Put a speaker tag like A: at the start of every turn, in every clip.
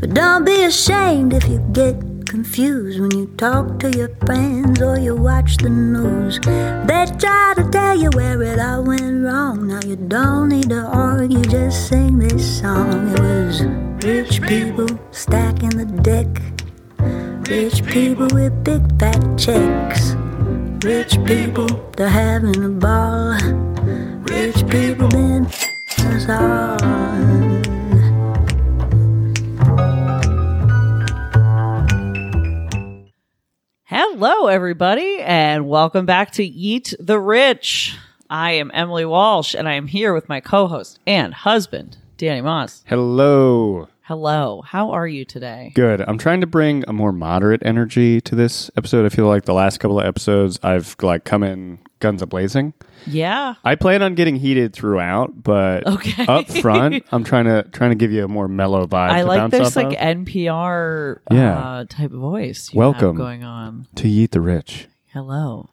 A: But don't be ashamed if you get confused when you talk to your friends or you watch the news. They try to tell you where it all went wrong. Now you don't need to argue, just sing this song. It was rich people stacking the deck, rich people with big fat checks. Rich people, they're having a ball. Rich people, then us all.
B: Hello, everybody, and welcome back to Eat the Rich. I am Emily Walsh, and I am here with my co host and husband, Danny Moss.
C: Hello.
B: Hello, how are you today?
C: Good. I'm trying to bring a more moderate energy to this episode. I feel like the last couple of episodes I've like come in guns a blazing.
B: Yeah.
C: I plan on getting heated throughout, but
B: Okay.
C: up front, I'm trying to trying to give you a more mellow vibe.
B: I
C: to
B: like
C: bounce
B: this
C: off
B: like
C: of.
B: NPR
C: Yeah.
B: uh, type of voice. you
C: Welcome.
B: have going on.
C: to eat the rich.
B: Hello.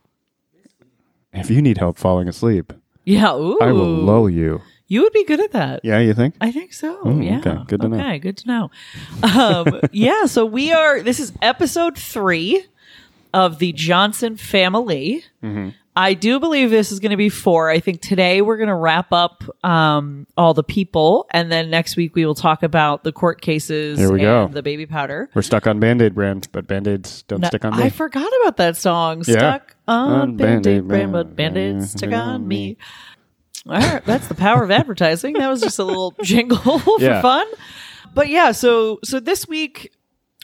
C: If you need help falling asleep,
B: Yeah. Ooh.
C: I will lull you.
B: You would be good at that.
C: Yeah, you think?
B: I think so.
C: Ooh,
B: yeah.
C: Oh, okay. Good to know.
B: Okay, good to know. Um, yeah. So we are. This is episode three of the Johnson family.
C: Mm-hmm.
B: I do believe this is going to be four. I think today we're going to wrap up um, all the people, and then next week we will talk about the court cases.
C: Here we
B: and
C: go.
B: The baby powder.
C: We're stuck on Band-Aid brand, but Band-Aids don't stick on me.
B: I forgot about that song.
C: Yeah.
B: Stuck on
C: On
B: Band-Aid,
C: Band-Aid,
B: Band- but
C: Band-Aid,
B: Band-Aid stuck
C: Band-Aid
B: on
C: on
B: me. All right, that's the power of advertising. That was just a little jingle for
C: Yeah.
B: fun. But yeah, so so this week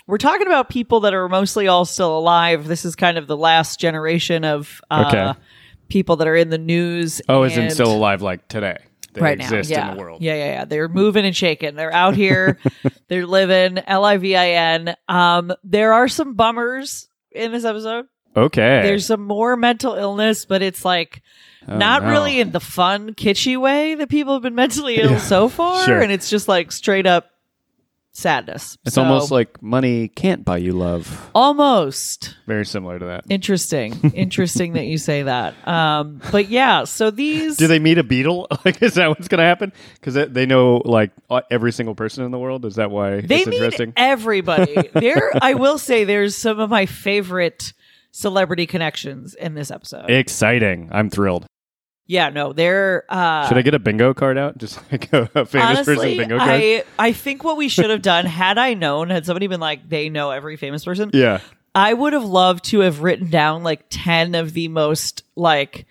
B: we're talking about people that are mostly all still alive. This is kind of the last generation of uh,
C: Okay.
B: people that are in the news.
C: oh, is in
B: and-
C: still alive like today. They
B: right
C: exist
B: now. Yeah.
C: in the world.
B: Yeah, yeah, yeah. They're moving and shaking. They're out here. They're living. L I V I N. Um, there are some bummers in this episode.
C: Okay.
B: There's some more mental illness, but it's like not
C: Oh, no.
B: really in the fun, kitschy way that people have been mentally ill so far.
C: Sure.
B: And it's just like straight up sadness.
C: it's
B: So,
C: almost like money can't buy you love.
B: almost
C: Very similar to that.
B: interesting. interesting that you say that. Um, but yeah, so these
C: Do they meet a beetle? Like, is that what's going to happen? Because they, they know like uh, every single person in the world. Is that why
B: they
C: it's
B: meet
C: interesting?
B: everybody. there, I will say, there's some of my favorite celebrity connections in this episode.
C: Eh. Exciting! I'm thrilled.
B: yeah, no, they're. Uh,
C: Should I get a bingo card out? Just like a, a famous person
B: honestly,
C: bingo card.
B: I I think what we should have done, had I known, had somebody been like, they know every famous person,
C: yeah,
B: I would have loved to have written down like ten of the most like.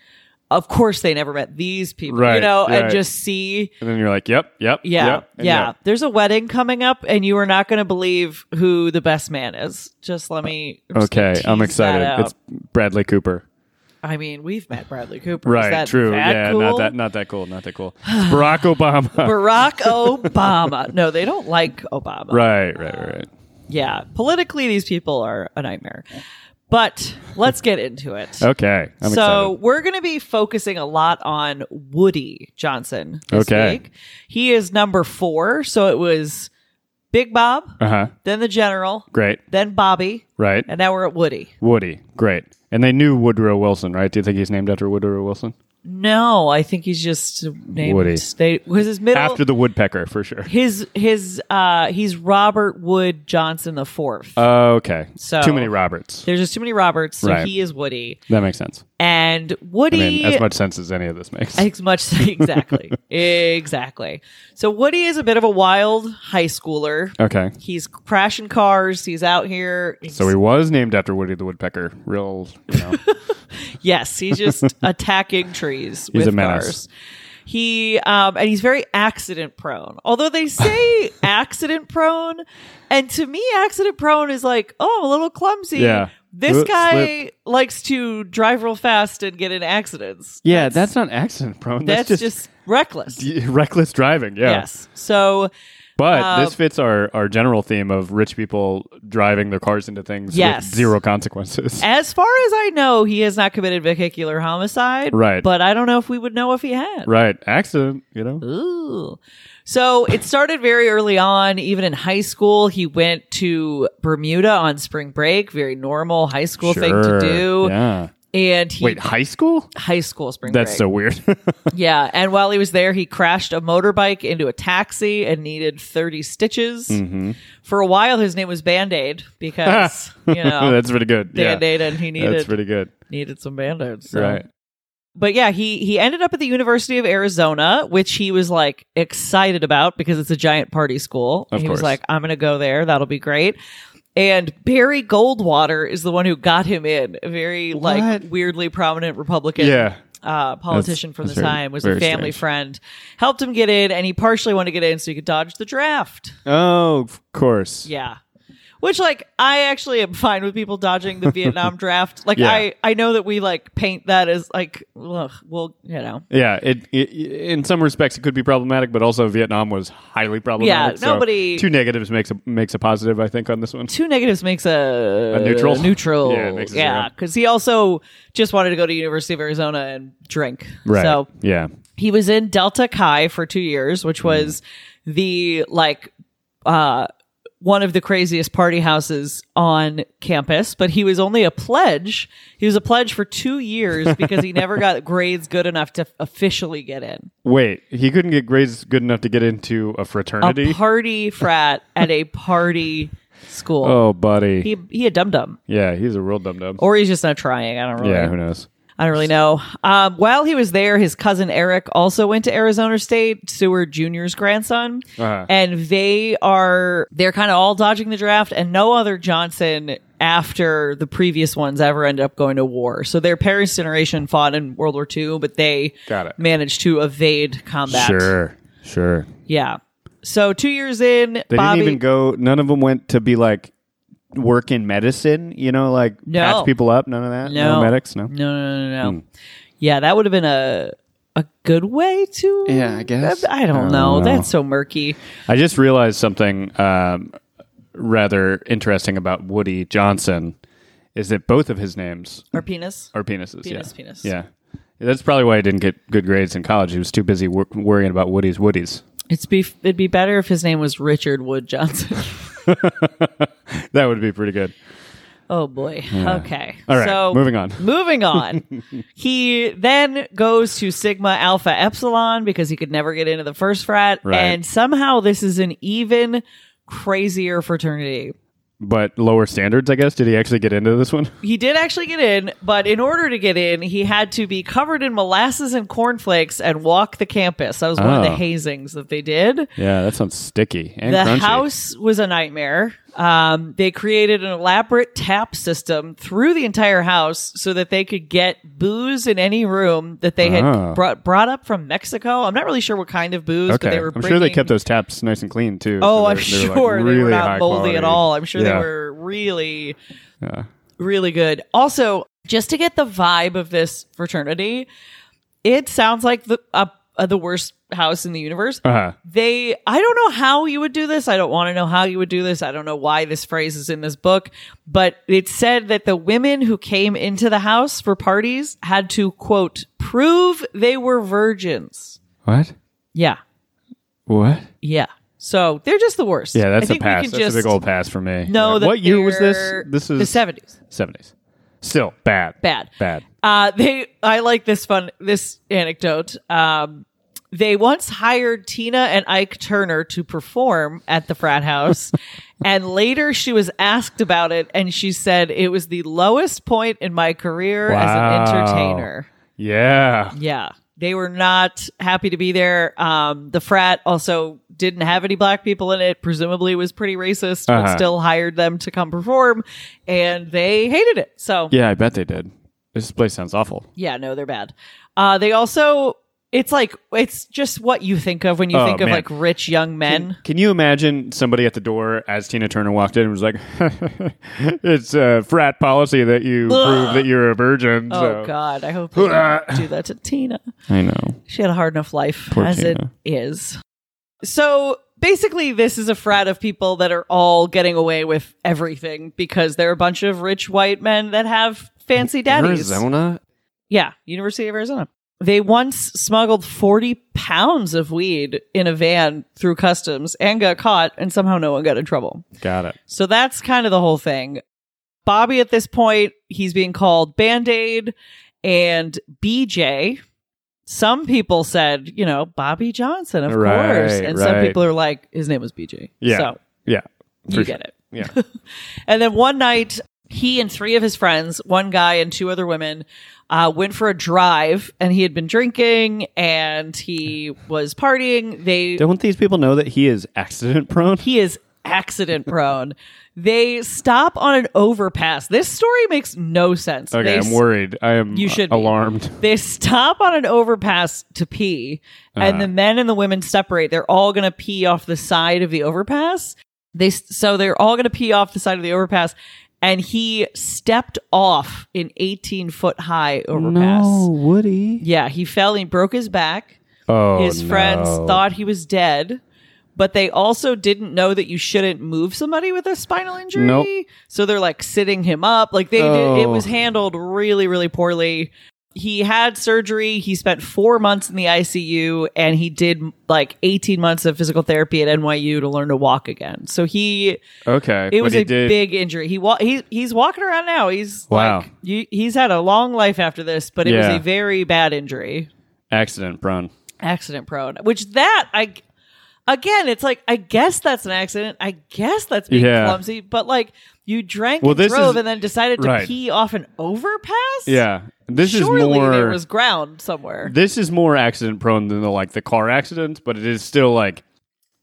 B: Of course, they never met these people, you
C: Right,
B: know, and
C: right.
B: just see
C: and then you're like, yep, yep,
B: Yeah,
C: yep, and
B: yeah.
C: yep.
B: There's a wedding coming up, and you are not going to believe who the best man is. Just let me. I'm just gonna
C: Okay, I'm
B: tease that
C: excited.
B: out.
C: It's Bradley Cooper.
B: I mean, we've met Bradley Cooper. Is
C: Right.
B: that
C: True.
B: that
C: Yeah.
B: cool?
C: Not that. Not that cool. Not that cool. Barack Obama.
B: Barack Obama. No, they don't like Obama.
C: right. Right. Right.
B: Yeah, politically, these people are a nightmare. But let's get into it.
C: Okay. I'm
B: so
C: excited.
B: we're going to be focusing a lot on Woody Johnson this
C: Okay.
B: week. He is number four. So it was Big Bob,
C: Uh huh.
B: then the General,
C: Great.
B: then Bobby,
C: Right.
B: and now we're at Woody.
C: Woody. Great. And they knew Woodrow Wilson, right? Do you think he's named after Woodrow Wilson?
B: No, I think he's just named
C: Woody.
B: They was his middle
C: After the woodpecker, for sure.
B: his his uh he's Robert Wood Johnson the fourth.
C: Uh, Okay.
B: So-
C: Too many Roberts.
B: There's just too many Roberts, so
C: Right.
B: he is Woody.
C: That makes sense.
B: And
C: I
B: Woody
C: mean, as much sense as any of this makes.
B: As much exactly, exactly. So Woody is a bit of a wild high schooler.
C: okay.
B: He's crashing cars. He's out here. He's-
C: So he was named after Woody the Woodpecker. Real, you know.
B: yes, he's just attacking trees
C: He's
B: with
C: a menace.
B: cars. He um, and he's very accident prone. Although they say accident prone, and to me, accident prone is like, oh, I'm a little clumsy.
C: Yeah.
B: This
C: Oop,
B: guy
C: slip.
B: likes to drive real fast and get in accidents.
C: yeah, that's not accident prone.
B: That's,
C: That's,
B: just, reckless.
C: just reckless driving. Yeah.
B: Yes. So
C: But
B: Uh,
C: this fits our, our general theme of rich people driving their cars into things
B: Yes.
C: with zero consequences.
B: As far as I know, he has not committed vehicular homicide.
C: Right.
B: But I don't know if we would know if he had.
C: right. Accident, you know?
B: Ooh. So it started very early on, even in high school. He went to Bermuda on spring break, very normal high school thing to
C: Sure.
B: do.
C: Yeah.
B: and he
C: Wait, high school?
B: high school spring
C: That's
B: break.
C: so weird.
B: Yeah, and while he was there, he crashed a motorbike into a taxi and needed 30 stitches.
C: Hmm. Mm-hmm.
B: For a while, his name was Band Aid because, you know,
C: That's pretty good. Yeah.
B: Band Aid and he
C: That's
B: needed,
C: pretty good.
B: needed some Band Aids. So.
C: Right.
B: But yeah, he, he ended up at the University of Arizona, which he was like excited about because it's a giant party school.
C: Of
B: he was
C: course.
B: like, I'm going to go there. That'll be great. And Barry Goldwater is the one who got him in. A very
C: What?
B: like weirdly prominent Republican
C: Yeah.
B: uh, politician from the
C: that's very-
B: time, was
C: very
B: a family
C: strange.
B: friend, helped him get in, and he partially wanted to get in so he could dodge the draft.
C: Oh, of course.
B: Yeah. Which, like, I actually am fine with people dodging the Vietnam draft. Like,
C: Yeah.
B: I, I know that we, like, paint that as, like, ugh, well, you know.
C: Yeah, it, it in some respects it could be problematic, but also Vietnam was highly problematic. so
B: nobody-
C: two negatives makes a makes a positive. I think on this one.
B: Two negatives makes a,
C: A neutral?
B: Neutral.
C: Yeah, it makes a
B: Yeah.
C: zero.
B: Because he also just wanted to go to University of Arizona and drink. So
C: yeah.
B: he was in Delta Chi for two years, which
C: Mm-hmm.
B: was the like uh one of the craziest party houses on campus, but he was only a pledge. He was a pledge for two years because he never got grades good enough to officially get in.
C: Wait, he couldn't get grades good enough to get into a fraternity.
B: A party frat at a party school.
C: oh, buddy.
B: He he a dum dum,
C: yeah, he's a real dum dum.
B: or he's just not trying. I don't really.
C: Yeah, who knows?
B: I don't really know. Um, while he was there, his cousin Eric also went to Arizona State, Seward Jr.'s grandson,
C: Uh-huh.
B: and they are they're kind of all dodging the draft, and no other Johnson after the previous ones ever ended up going to war. So their parents' generation fought in World War II, but they
C: Got it.
B: managed to evade combat.
C: Sure, sure.
B: Yeah. So two years in,
C: They
B: Bobby.
C: didn't even go. None of them went to be like work in medicine. You know, like
B: No.
C: patch people up. None of that.
B: No.
C: medics. No.
B: no, no, no, no.
C: Hmm.
B: no. Yeah, that would have been a a good way to.
C: Yeah, I guess.
B: I don't, know. That's so murky.
C: I just realized something um, rather interesting about Woody Johnson is that both of his names
B: Or penis.
C: are penises.
B: Penis,
C: yeah.
B: penis.
C: Yeah. That's probably why I didn't get good grades in college. He was too busy wor- worrying about Woody's Woody's.
B: It's be it'd be better if his name was Richard Wood Johnson.
C: That would be pretty good.
B: oh boy. Okay.
C: All right,
B: So
C: moving on.
B: Moving on. he then goes to Sigma Alpha Epsilon because he could never get into the first frat,
C: Right.
B: and somehow this is an even crazier fraternity.
C: But lower standards, I guess. Did he actually get into this one?
B: He did actually get in, but in order to get in, he had to be covered in molasses and cornflakes and walk the campus. That was one of
C: Oh.
B: the hazings that they did.
C: Yeah, that sounds sticky and
B: the
C: crunchy.
B: house was a nightmare. Um, they created an elaborate tap system through the entire house so that they could get booze in any room that they had
C: Ah.
B: brought brought up from Mexico. I'm not really sure what kind of booze, but
C: okay,
B: they were.
C: I'm sure they
B: bringing-
C: kept those taps nice and clean too. so
B: Oh,
C: they
B: I'm
C: were- they were,
B: sure
C: like,
B: they were
C: really
B: not
C: high
B: moldy at
C: quality.
B: all. I'm sure
C: Yeah.
B: they were really, really good. Also, just to get the vibe of this fraternity, it sounds like the uh, uh, the worst house in the universe
C: Uh-huh.
B: they i don't know how you would do this i don't want to know how you would do this i don't know why this phrase is in this book but it said that the women who came into the house for parties had to quote prove they were virgins
C: What?
B: yeah
C: What?
B: yeah so they're just the worst
C: Yeah,
B: I
C: that's a
B: think we
C: pass.
B: can
C: That's
B: just
C: a big old pass for me.
B: know that
C: what year was this?
B: they're-
C: This is
B: the 70s
C: 70s. Still bad.
B: Bad.
C: Bad.
B: Uh, they, I like this fun, this anecdote. Um, they once hired Tina and Ike Turner to perform at the frat house. and later she was asked about it and she said, it was the lowest point in my career as an
C: Wow.
B: entertainer.
C: Yeah.
B: Yeah. They were not happy to be there. Um, the frat also didn't have any black people in it, presumably was pretty racist, but
C: Uh-huh.
B: still hired them to come perform and they hated it. So
C: Yeah, I bet they did. This place sounds awful.
B: Yeah, no, they're bad. Uh, they also, it's like, it's just what you think of when you
C: Oh,
B: think of
C: man.
B: like rich young men.
C: Can you imagine somebody at the door as Tina Turner walked in and was like, "It's uh, frat policy that you prove that you're a virgin."
B: Oh
C: so.
B: God! I hope they don't do that to Tina.
C: I know.
B: She had a hard enough life
C: Poor
B: as
C: Tina.
B: it is. So basically, this is a frat of people that are all getting away with everything because they're a bunch of rich white men that have fancy daddies.
C: Arizona.
B: Yeah, University of Arizona. They once smuggled 40 pounds of weed in a van through customs and got caught, and somehow no one got in trouble.
C: Got it.
B: So that's kind of the whole thing. Bobby at this point, he's being called Band Aid and BJ. Some people said, you know, Bobby Johnson, of
C: Right,
B: course. And some
C: right.
B: people are like, his name was BJ.
C: Yeah.
B: So
C: Yeah.
B: you
C: for
B: get it.
C: Yeah.
B: And then one night, he and three of his friends, one guy and two other women, uh, went for a drive and he had been drinking and he was partying. They
C: Don't these people know that he is accident prone?
B: he is accident prone. they stop on an overpass. This story makes no sense.
C: Okay,
B: They
C: I'm worried. I am
B: You should be.
C: alarmed.
B: they stop on an overpass to pee, and
C: Uh-huh.
B: the men and the women separate. They're all going to pee off the side of the overpass. They s- so they're all going to pee off the side of the overpass, and he stepped off an 18 foot high overpass.
C: Woody.
B: Yeah, he fell. He broke his back.
C: Oh,
B: His friends
C: no.
B: thought he was dead, but they also didn't know that you shouldn't move somebody with a spinal injury.
C: Nope.
B: So they're like sitting him up. Like they did, it
C: Oh.
B: was handled really, really poorly. He had surgery. He spent four months in the ICU and he did like 18 months of physical therapy at NYU to learn to walk again. So he,
C: Okay,
B: it
C: but
B: was
C: he
B: a
C: did-
B: big injury. He, wa- he He's walking around now. He's
C: Wow.
B: like, you, he's had a long life after this, but it
C: Yeah.
B: was a very bad injury
C: accident prone.
B: accident prone which that i again it's like i guess that's an accident i guess that's being
C: Yeah.
B: clumsy but like you drank
C: Well,
B: and
C: this
B: drove
C: is-
B: and then decided to
C: right.
B: pee off an overpass
C: Yeah, this
B: surely
C: is more.
B: there was ground somewhere
C: this is more accident prone than the like the car accident, but it is still like,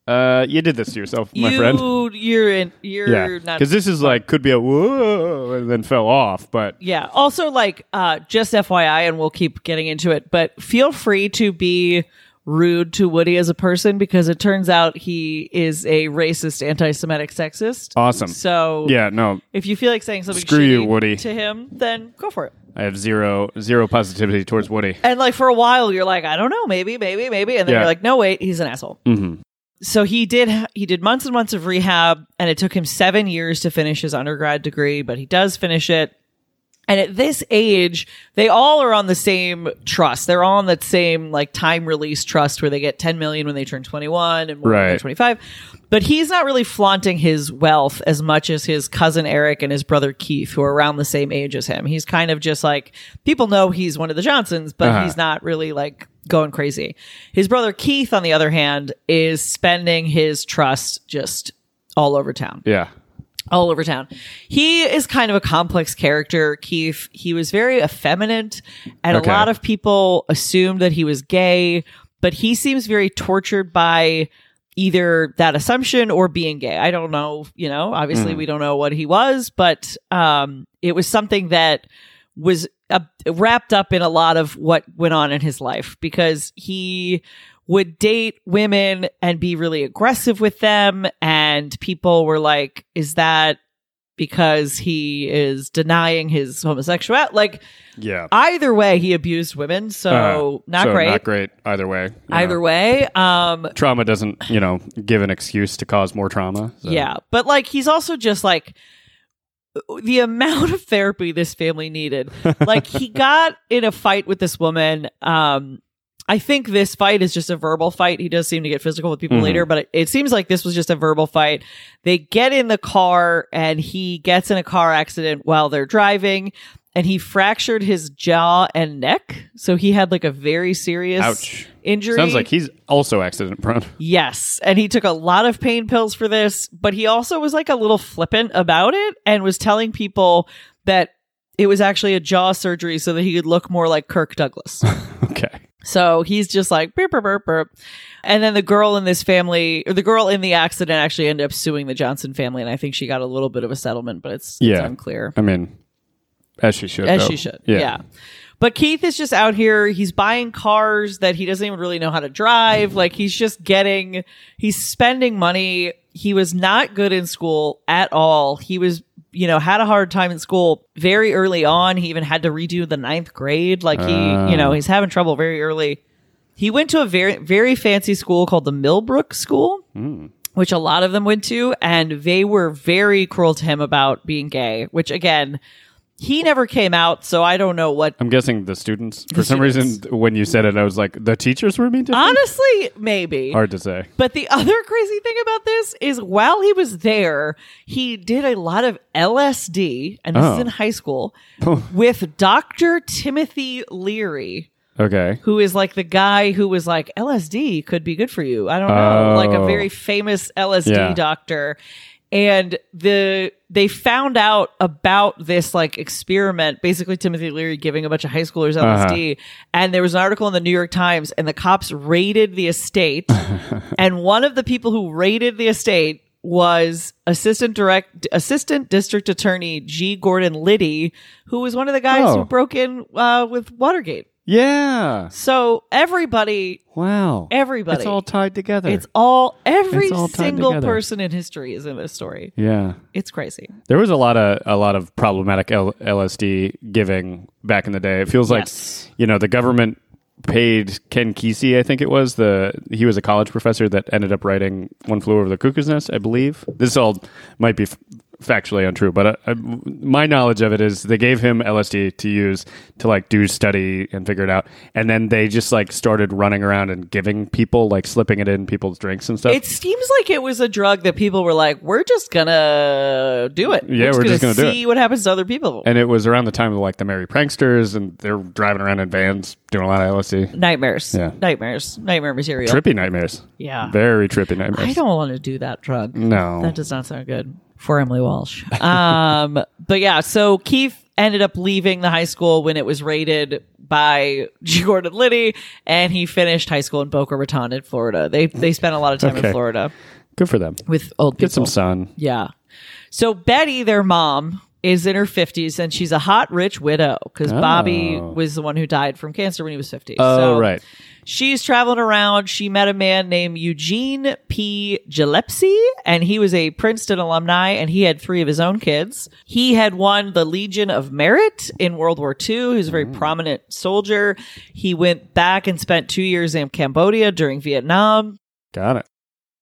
C: uh, you did this to yourself, my
B: you
C: friend.
B: you're in you're
C: Yeah,
B: not
C: because this is like could be a whoa and then fell off, but
B: Yeah. Also, like, uh, just FYI, and we'll keep getting into it, but feel free to be rude to Woody as a person because it turns out he is a racist, anti-Semitic, sexist.
C: Awesome.
B: So
C: yeah, no,
B: if you feel like saying something
C: Screw you,
B: shitty
C: Woody.
B: to him, then go for it.
C: I have zero zero positivity towards Woody.
B: And like for a while, you're like, I don't know, maybe, maybe, maybe, and then
C: Yeah. Mm-hmm.
B: you're like, no, wait, he's an asshole. So he did he did months and months of rehab, and it took him seven years to finish his undergrad degree, but he does finish it. And at this age, they all are on the same trust. They're all on that same like time release trust where they get 10 million when they turn 21 and more when they
C: Right.
B: turn 25. But he's not really flaunting his wealth as much as his cousin Eric and his brother Keith, who are around the same age as him. He's kind of just like people know he's one of the Johnsons, but
C: Uh-huh.
B: he's not really like going crazy. His brother Keith, on the other hand, is spending his trust just all over town
C: Yeah,
B: all over town. He is kind of a complex character, Keith. He was very effeminate, and
C: Okay.
B: a lot of people assumed that he was gay, but he seems very tortured by either that assumption or being gay. I don't know, you know, obviously we don't know what he was, but um it was something that was uh, wrapped up in a lot of what went on in his life because he would date women and be really aggressive with them and people were like is that because he is denying his homosexuality like
C: yeah.
B: either way he abused women Uh-huh. so,
C: Uh,
B: Uh, not,
C: so
B: great.
C: Not great either way. you know.
B: either way um
C: trauma doesn't you know give an excuse to cause more trauma so.
B: Yeah, but like he's also just like the amount of therapy this family needed. Like he got in a fight with this woman. Um I think this fight is just a verbal fight. He does seem to get physical with people
C: Mhm.
B: later, but it, it seems like this was just a verbal fight. They get in the car and he gets in a car accident while they're driving and he fractured his jaw and neck. So he had like a very serious
C: Ouch.
B: injury.
C: sounds like he's also accident prone
B: Yes. And he took a lot of pain pills for this, but he also was like a little flippant about it and was telling people that it was actually a jaw surgery so that he could look more like Kirk Douglas.
C: okay
B: so he's just like burp, burp, burp, burp. And then the girl in this family, or the girl in the accident actually ended up suing the Johnson family. And I think she got a little bit of a settlement, but it's, it's
C: Yeah.
B: unclear.
C: i mean as she should
B: As
C: though.
B: she should. Yeah. But Keith is just out here. He's buying cars that he doesn't even really know how to drive. Like he's just getting, he's spending money. He was not good in school at all. He was, you know, had a hard time in school very early on. He even had to redo the ninth grade. Like he, you
C: Oh.
B: know, he's having trouble very early. He went to a very, very fancy school called the Millbrook School
C: Hmm.
B: which a lot of them went to, and they were very cruel to him about being gay, which again, He never came out, so I don't know what.
C: I'm guessing the students. For some
B: students.
C: reason, when you said it, I was like, the teachers were mean to him?
B: Honestly, maybe.
C: Hard to say.
B: But the other crazy thing about this is while he was there, he did a lot of LSD, and this
C: Oh.
B: is in high school, with Dr. Timothy Leary,
C: Okay.
B: who is like the guy who was like, LSD could be good for you. I don't know.
C: Oh.
B: Like a very famous LSD
C: Yeah.
B: doctor. And the they found out about this like experiment, basically Timothy Leary giving a bunch of high schoolers
C: Uh-huh.
B: LSD. And there was an article in the New York Times, and the cops raided the estate and one of the people who raided the estate was assistant direct assistant district attorney G. Gordon Liddy, who was one of the guys
C: Oh.
B: who broke in uh, with Watergate.
C: Yeah.
B: So everybody,
C: Wow.
B: everybody,
C: It's all tied together.
B: it's all every
C: It's all tied
B: single
C: together.
B: person in history is in this story.
C: yeah.
B: It's crazy.
C: There was a lot of a lot of problematic L- LSD giving back in the day. It feels like
B: Yes.
C: you know the government paid Ken Kesey, I think it was the he was a college professor that ended up writing One Flew Over the Cuckoo's Nest, I believe. This all might be f- factually untrue, but uh, I, my knowledge of it is they gave him LSD to use to like do study and figure it out, and then they just like started running around and giving people like slipping it in people's drinks and stuff.
B: It seems like it was a drug that people were like, "We're just gonna do it.
C: Yeah, we're just gonna do
B: see what happens to other people."
C: and it was around the time of like the Merry Pranksters, and they're driving around in vans doing a lot of LSD.
B: nightmares,
C: Yeah.
B: nightmares, nightmare material.
C: Trippy nightmares.
B: Yeah.
C: Very trippy nightmares.
B: I don't want to do that drug.
C: No.
B: That does not sound good for Emily Walsh. Um, but yeah, so Keith ended up leaving the high school when it was raided by G. Gordon Liddy, and he finished high school in Boca Raton in Florida. They they spent a lot of time
C: Okay.
B: in Florida
C: Good for them.
B: with old people.
C: Get some sun.
B: Yeah. So Betty, their mom, is in her 50s and she's a hot, rich widow because Bobby was the one who died from cancer when he was 50.
C: Oh,
B: so
C: right.
B: She's traveling around. She met a man named Eugene P. Gillespie, and he was a Princeton alumni and he had three of his own kids. He had won the Legion of Merit in World War II. He was a very prominent soldier. He went back and spent two years in Cambodia during Vietnam
C: Got it.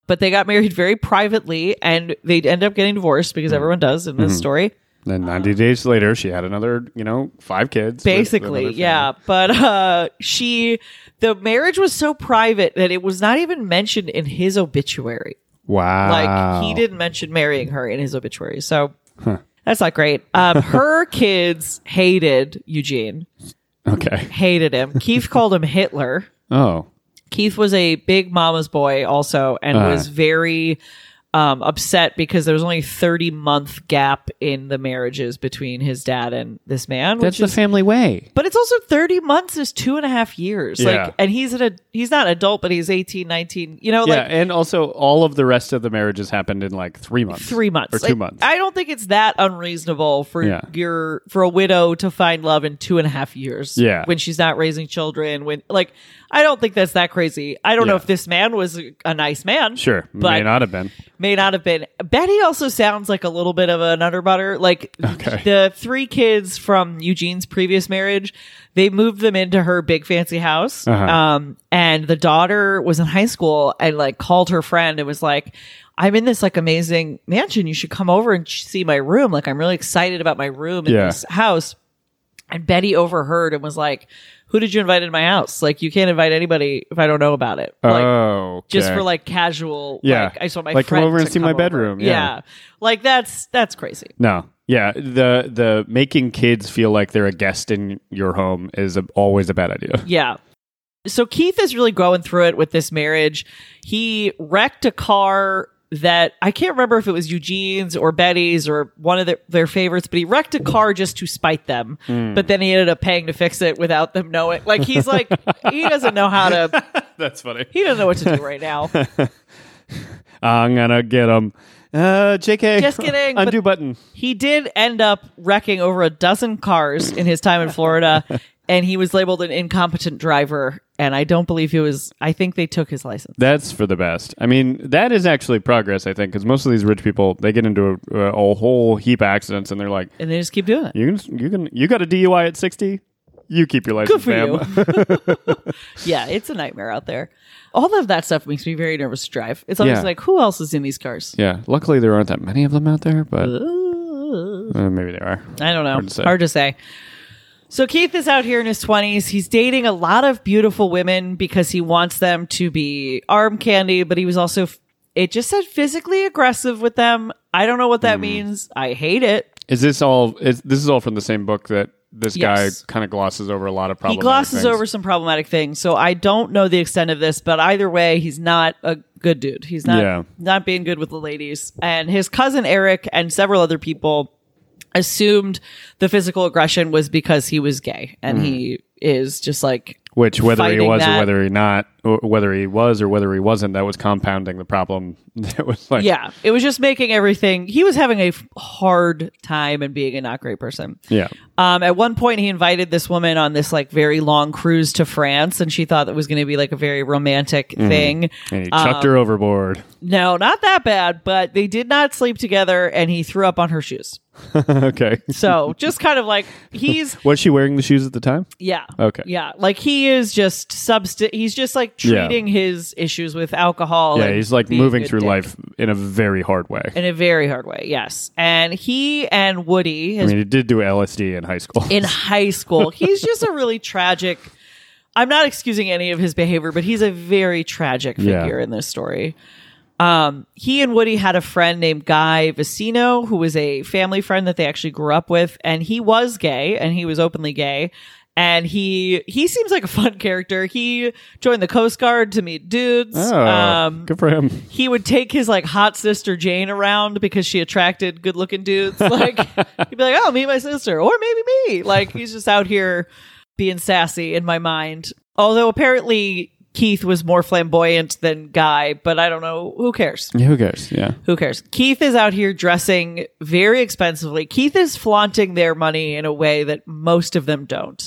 B: but they got married very privately and they'd end up getting divorced because
C: Hmm.
B: everyone does in this
C: Mm-hmm.
B: story
C: Then
B: uh,
C: 90 days later, she had another, you know, five kids. with
B: basically
C: another family.
B: yeah but uh she the marriage was so private that it was not even mentioned in his obituary like
C: Wow.
B: he didn't mention marrying her in his obituary so that's not great um her kids hated eugene
C: Okay.
B: hated him keith called him hitler
C: Oh.
B: Keith was a big mama's boy also and
C: Uh-huh.
B: was very um, upset because there was only 30 month gap in the marriages between his dad and this man.
C: That's
B: Which
C: the
B: is,
C: family way.
B: but it's also 30 months is two and a half years.
C: Yeah.
B: Like, and he's an, ad- he's not adult, but he's 18, 19, you know,
C: Yeah.
B: like
C: and also, all of the rest of the marriages happened in like three months.
B: three months
C: Or two
B: Like,
C: months.
B: I don't think it's that unreasonable for
C: Yeah.
B: your, for a widow to find love in two and a half years.
C: Yeah.
B: When she's not raising children, when like, I don't think that's that crazy. I don't know
C: Yeah.
B: if this man was a, a nice man.
C: sure.
B: But
C: May not have been.
B: may not have been. Betty also sounds like a little bit of an underbutter. Like
C: Okay.
B: the three kids from Eugene's previous marriage, they moved them into her big fancy house.
C: Uh-huh.
B: Um, and the daughter was in high school and like called her friend and was like, I'm in this like amazing mansion. You should come over and sh- see my room. Like I'm really excited about my room in
C: Yeah.
B: this house. And Betty overheard and was like, who did you invite into my house? Like you can't invite anybody if I don't know about it. Like,
C: oh.
B: just
C: okay.
B: for like casual.
C: Yeah.
B: like, I just want my
C: Like, come
B: friend
C: over and
B: to
C: see my
B: come over.
C: bedroom. Yeah.
B: like that's that's crazy.
C: No. Yeah, the the making kids feel like they're a guest in your home is a, always a bad idea.
B: Yeah. So Keith is really going through it with this marriage. He wrecked a car that I can't remember if it was Eugene's or Betty's or one of their, their favorites, but he wrecked a car just to spite them.
C: Hmm.
B: But then he ended up paying to fix it without them knowing. Like he's like he doesn't know how to
C: That's funny.
B: he doesn't know what to do right now.
C: I'm gonna get them. Uh, JK.
B: Just kidding,
C: Undo
B: but-
C: button.
B: He did end up wrecking over a dozen cars in his time in Florida, and he was labeled an incompetent driver. And I don't believe he was. I think they took his license.
C: That's for the best. I mean, that is actually progress, I think, because most of these rich people they get into a, a whole heap of accidents, and they're like,
B: And they just keep doing it.
C: "You can, you can, you got a DUI at 60. You keep your license,
B: Good for
C: ma'am."
B: you. yeah, it's a nightmare out there. All of that stuff makes me very nervous to drive. It's always
C: Yeah.
B: like, who else is in these cars?
C: yeah. Luckily, there aren't that many of them out there, but
B: Ooh.
A: those.
C: Uh, maybe they are.
B: I don't know.
C: Hard to say.
B: Hard to say. So Keith is out here in his 20s. He's dating a lot of beautiful women because he wants them to be arm candy, but he was also f- it just said physically aggressive with them. I don't know what
C: Hmm.
B: that means. I hate it.
C: Is this all? Is, this is all from the same book that this
B: Yes.
C: guy kind of glosses over a lot of
B: He
C: problems.
B: glosses over some problematic things. So I don't know the extent of this, but either way, he's not a good dude. He's not
C: Yeah.
B: not being good with the ladies. And his cousin Eric and several other people assumed the physical aggression was because he was gay
C: Mm.
B: and he is just like
C: Which whether he
B: fighting
C: was
B: that.
C: or whether he not, or whether he was or whether he wasn't, that was compounding the problem. That was like
B: Yeah, it was just making everything. He was having a f- hard time and being a not great person.
C: yeah.
B: Um, at one point, he invited this woman on this like very long cruise to France, and she thought that was going to be like a very romantic thing.
C: Mm-hmm. And he chucked her overboard.
B: No, not that bad, but they did not sleep together, and he threw up on her shoes.
C: okay.
B: So just kind of like he's
C: Was she wearing the shoes at the time?
B: Yeah.
C: Okay.
B: Yeah, like he is just subst. He's just like
C: Yeah.
B: treating his issues with alcohol.
C: Yeah,
B: Oh, and
C: he's like
B: being a
C: moving
B: good
C: through
B: dick.
C: life in a very hard way.
B: in a very hard way. Yes, and he and Woody,
C: I
B: his
C: mean, he did do LSD in high school.
B: in high school. He's just a really tragic. I'm not excusing any of his behavior, but he's a very tragic
C: Yeah.
B: figure in this story. Um, he and Woody had a friend named Guy Vecino, who was a family friend that they actually grew up with, and he was gay, and he was openly gay. And he he seems like a fun character. He joined the Coast Guard to meet dudes. Um,
C: oh, good for him.
B: he would take his like hot sister Jane around because she attracted good looking dudes. Like he'd be like, "Oh, meet my sister," or maybe me. Like he's just out here being sassy in my mind. Although apparently Keith was more flamboyant than Guy, but I don't know. Who cares?
C: Yeah, who cares? Yeah.
B: Who cares? Keith is out here dressing very expensively. Keith is flaunting their money in a way that most of them don't.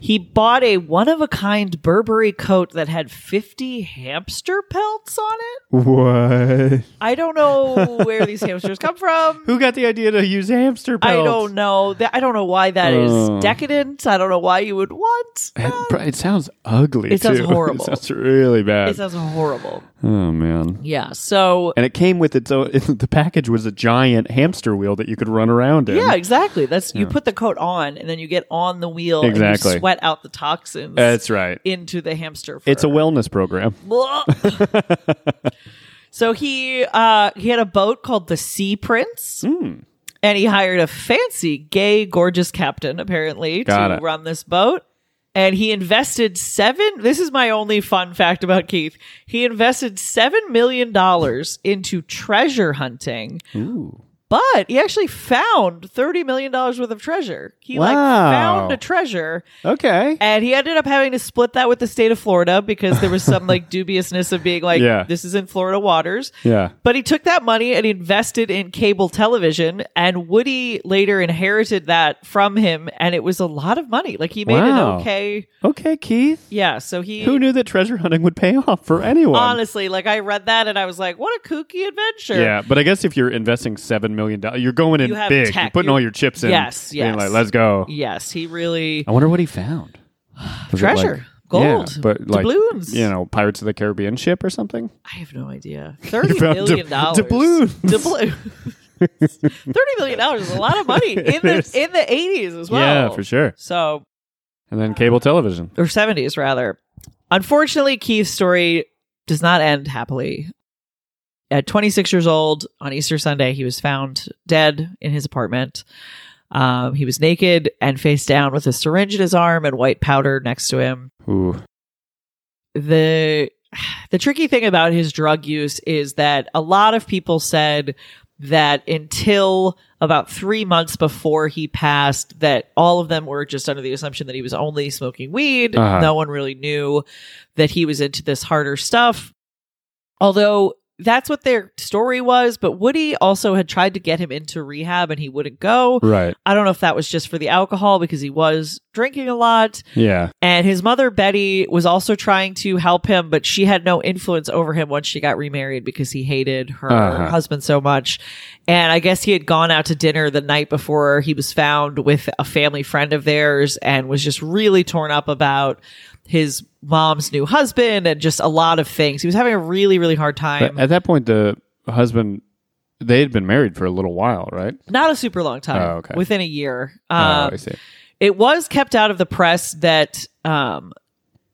B: He bought a one of a kind Burberry coat that had 50 hamster pelts on it.
C: What?
B: I don't know where these hamsters come from.
C: Who got the idea to use hamster
B: I
C: pelts?
B: don't know. Th- I don't know why that is
C: Oh.
B: decadent. I don't know why you would want.
C: It, pr- it sounds ugly.
B: Um, It sounds
C: too.
B: horrible.
C: It sounds really bad.
B: It sounds horrible.
C: oh man.
B: Yeah. So
C: And it came with its own. The package was a giant hamster wheel that you could run around in.
B: yeah, exactly. That's you put the coat on and then you get on the wheel and
C: Exactly.
B: you sweat out the toxins
C: that's right.
B: into the hamster.
C: It's a
B: fur.
C: wellness program.
B: Blah. so he uh he had a boat called the Sea Prince.
C: Hmm.
B: And he hired a fancy, gay, gorgeous captain, apparently,
C: Got
B: to
C: it.
B: run this boat. And he invested seven. This is my only fun fact about Keith. He invested seven million dollars into treasure hunting,
C: Ooh.
B: but he actually found thirty million dollars worth of treasure. He like
C: Wow.
B: found a treasure,
C: Okay.
B: and he ended up having to split that with the state of Florida because there was some like dubiousness of being like,
C: Yeah.
B: this is in Florida waters.
C: Yeah.
B: But he took that money and invested in cable television, and Woody later inherited that from him, and it was a lot of money. Like he made
C: Wow.
B: an okay,
C: Okay, Keith.
B: yeah. So he
C: Who knew that treasure hunting would pay off for anyone?
B: honestly, like I read that and I was like, what a kooky adventure.
C: Yeah, but I guess if you're investing seven million dollars, you're going in
B: You have
C: big.
B: tech.
C: You're putting
B: You're-
C: all your chips in.
B: Yes,
C: being
B: yes.
C: Like, let's go.
B: Yes, he really
C: I wonder what he found. Was it
B: treasure,
C: like-
B: gold,
C: yeah, but like
B: doubloons.
C: you know, Pirates of the Caribbean ship or something.
B: I have no idea. Thirty
C: found
B: million dollars.
C: dub- doubloons.
B: Doubloons. Thirty million dollars is a lot of money in the
C: is.
B: in the eighties as well.
C: Yeah, for sure.
B: So
C: And then cable television.
B: or seventies rather. Unfortunately, Keith's story does not end happily. At 26 years old on Easter Sunday, he was found dead in his apartment. Um, he was naked and face down with a syringe in his arm and white powder next to him.
C: Ooh,
B: the the tricky thing about his drug use is that a lot of people said that until about three months before he passed, that all of them were just under the assumption that he was only smoking weed.
C: Uh-huh.
B: No one really knew that he was into this harder stuff. Although that's what their story was, but Woody also had tried to get him into rehab and he wouldn't go.
C: right.
B: I don't know if that was just for the alcohol because he was drinking a lot.
C: Yeah.
B: And his mother, Betty, was also trying to help him, but she had no influence over him once she got remarried because he hated her
C: Uh-huh.
B: husband so much. And I guess he had gone out to dinner the night before he was found with a family friend of theirs and was just really torn up about his mom's new husband and just a lot of things. He was having a really, really hard time.
C: But at that point, the husband they had been married for a little while, right?
B: Not a super long time.
C: Oh, okay.
B: Within a year.
C: oh,
B: Um,
C: I see.
B: it was kept out of the press that um,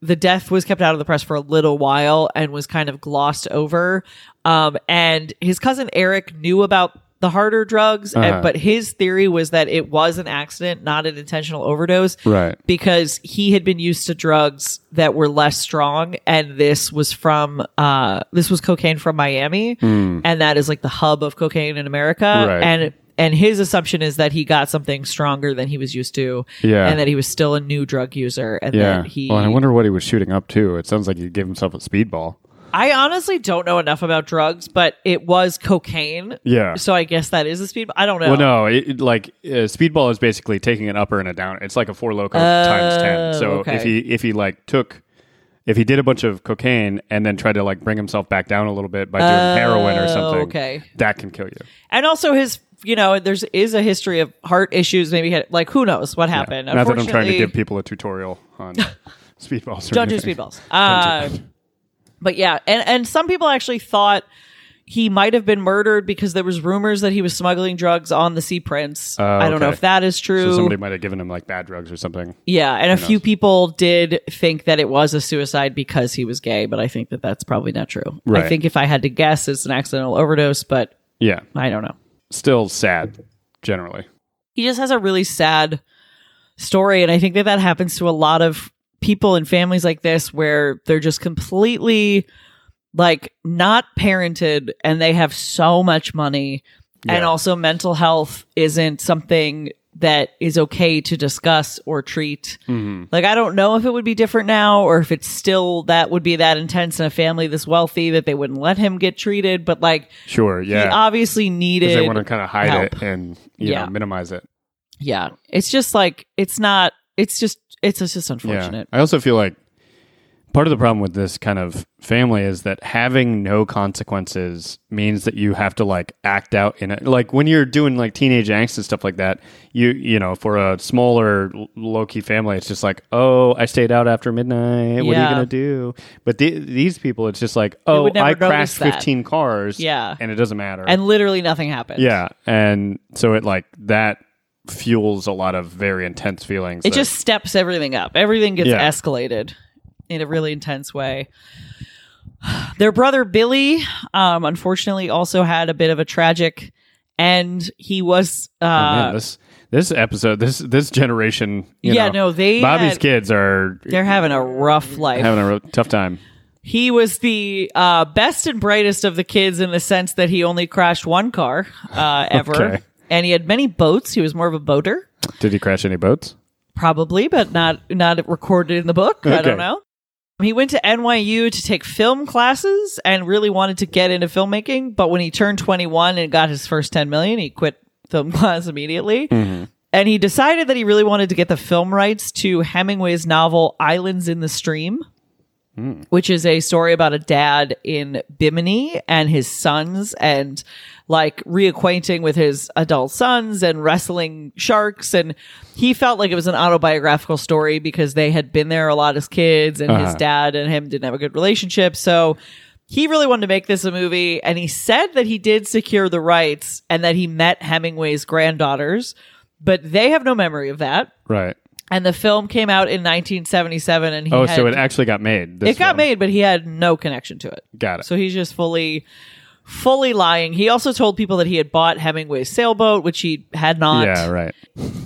B: the death was kept out of the press for a little while and was kind of glossed over. Um, and his cousin Eric knew about the harder drugs, and-
C: Uh-huh.
B: but his theory was that it was an accident, not an intentional overdose.
C: Right.
B: Because he had been used to drugs that were less strong, and this was from uh, this was cocaine from Miami, and that is like the hub of cocaine in America.
C: Hmm. Right.
B: And and his assumption is that he got something stronger than he was used to,
C: Yeah.
B: and that he was still a new drug user, and
C: Yeah.
B: that he.
C: Well, and I wonder what he was shooting up to. It sounds like he gave himself a speedball.
B: I honestly don't know enough about drugs, but it was cocaine.
C: Yeah.
B: So I guess that is a speed. I don't know.
C: Well, no, it, it- like uh, speedball is basically taking an upper and a down. It's like a four loco times ten. So
B: Oh, okay.
C: if he if he like took, if he did a bunch of cocaine and then tried to like bring himself back down a little bit by doing heroin or something,
B: Oh, okay.
C: that can kill you.
B: And also his, you know, there's is a history of heart issues. Maybe he had, like who knows what happened.
C: Not that I'm trying to
B: Unfortunately-
C: give people a tutorial on speedballs. Or
B: don't do
C: anything.
B: speedballs. Uh, but yeah, and and some people actually thought he might have been murdered because there was rumors that he was smuggling drugs on the Sea Prince. I don't know
C: Oh, okay.
B: if that is true.
C: So somebody might have given him like bad drugs or something.
B: yeah, and a few people did think that it was a suicide because he was gay, but I think that that's probably not true.
C: Right.
B: I think if I had to guess, it's an accidental overdose, but
C: Yeah,
B: I don't know.
C: still sad generally.
B: he just has a really sad story and i think that that happens to a lot of people and families like this where they're just completely like not parented and they have so much money and
C: Yeah.
B: also mental health isn't something that is okay to discuss or treat
C: Mm-hmm.
B: like i don't know if it would be different now or if it's still that would be that intense in a family this wealthy that they wouldn't let him get treated but like
C: Sure.
B: he
C: Yeah.
B: obviously needed
C: Because they want to kind of hide
B: help.
C: it and you
B: Yeah.
C: know minimize it.
B: yeah it's just like it's not it's just it's, it's just unfortunate
C: I also feel like part of the problem with this kind of family is that having no consequences means that you have to like act out in it. Like when you're doing like teenage angst and stuff like that, you you know, for a smaller low key family, it's just like, oh, I stayed out after midnight. What are
B: Yeah.
C: you gonna do? But the, these people, it's just like, oh,
B: would never
C: I
B: notice
C: crashed
B: that.
C: fifteen cars.
B: Yeah.
C: and it doesn't matter.
B: and literally nothing happened
C: yeah, and so it like that fuels a lot of very intense feelings.
B: it
C: that-
B: just steps everything up everything gets
C: Yeah.
B: escalated in a really intense way their brother billy um unfortunately also had a bit of a tragic end he was uh
C: Oh, man, this this episode, this this generation, you
B: yeah
C: know,
B: no they
C: Bobby's
B: had-
C: kids are
B: they're having a rough life
C: having a real tough time.
B: He was the uh, best and brightest of the kids in the sense that he only crashed one car uh, ever.
C: Okay.
B: And he had many boats. He was more of a boater,
C: Did he crash any boats?
B: probably, but not not recorded in the book. I
C: Okay.
B: don't know. He went to NYU to take film classes and really wanted to get into filmmaking. But when he turned 21 and got his first 10 million, he quit film class immediately. And he decided that he really wanted to get the film rights to Hemingway's novel Islands in the Stream, which is a story about a dad in Bimini and his sons and like reacquainting with his adult sons and wrestling sharks. And he felt like it was an autobiographical story because they had been there a lot as kids and his
C: Uh-huh.
B: dad and him didn't have a good relationship. So he really wanted to make this a movie. And he said that he did secure the rights and that he met Hemingway's granddaughters, but they have no memory of that.
C: Right.
B: And the film came out in 1977, and he
C: Oh,
B: had,
C: so it actually got made. This
B: it got
C: film.
B: made, but he had no connection to it.
C: Got it.
B: So he's just fully, fully lying. He also told people that he had bought Hemingway's sailboat, which he had not.
C: yeah. Right.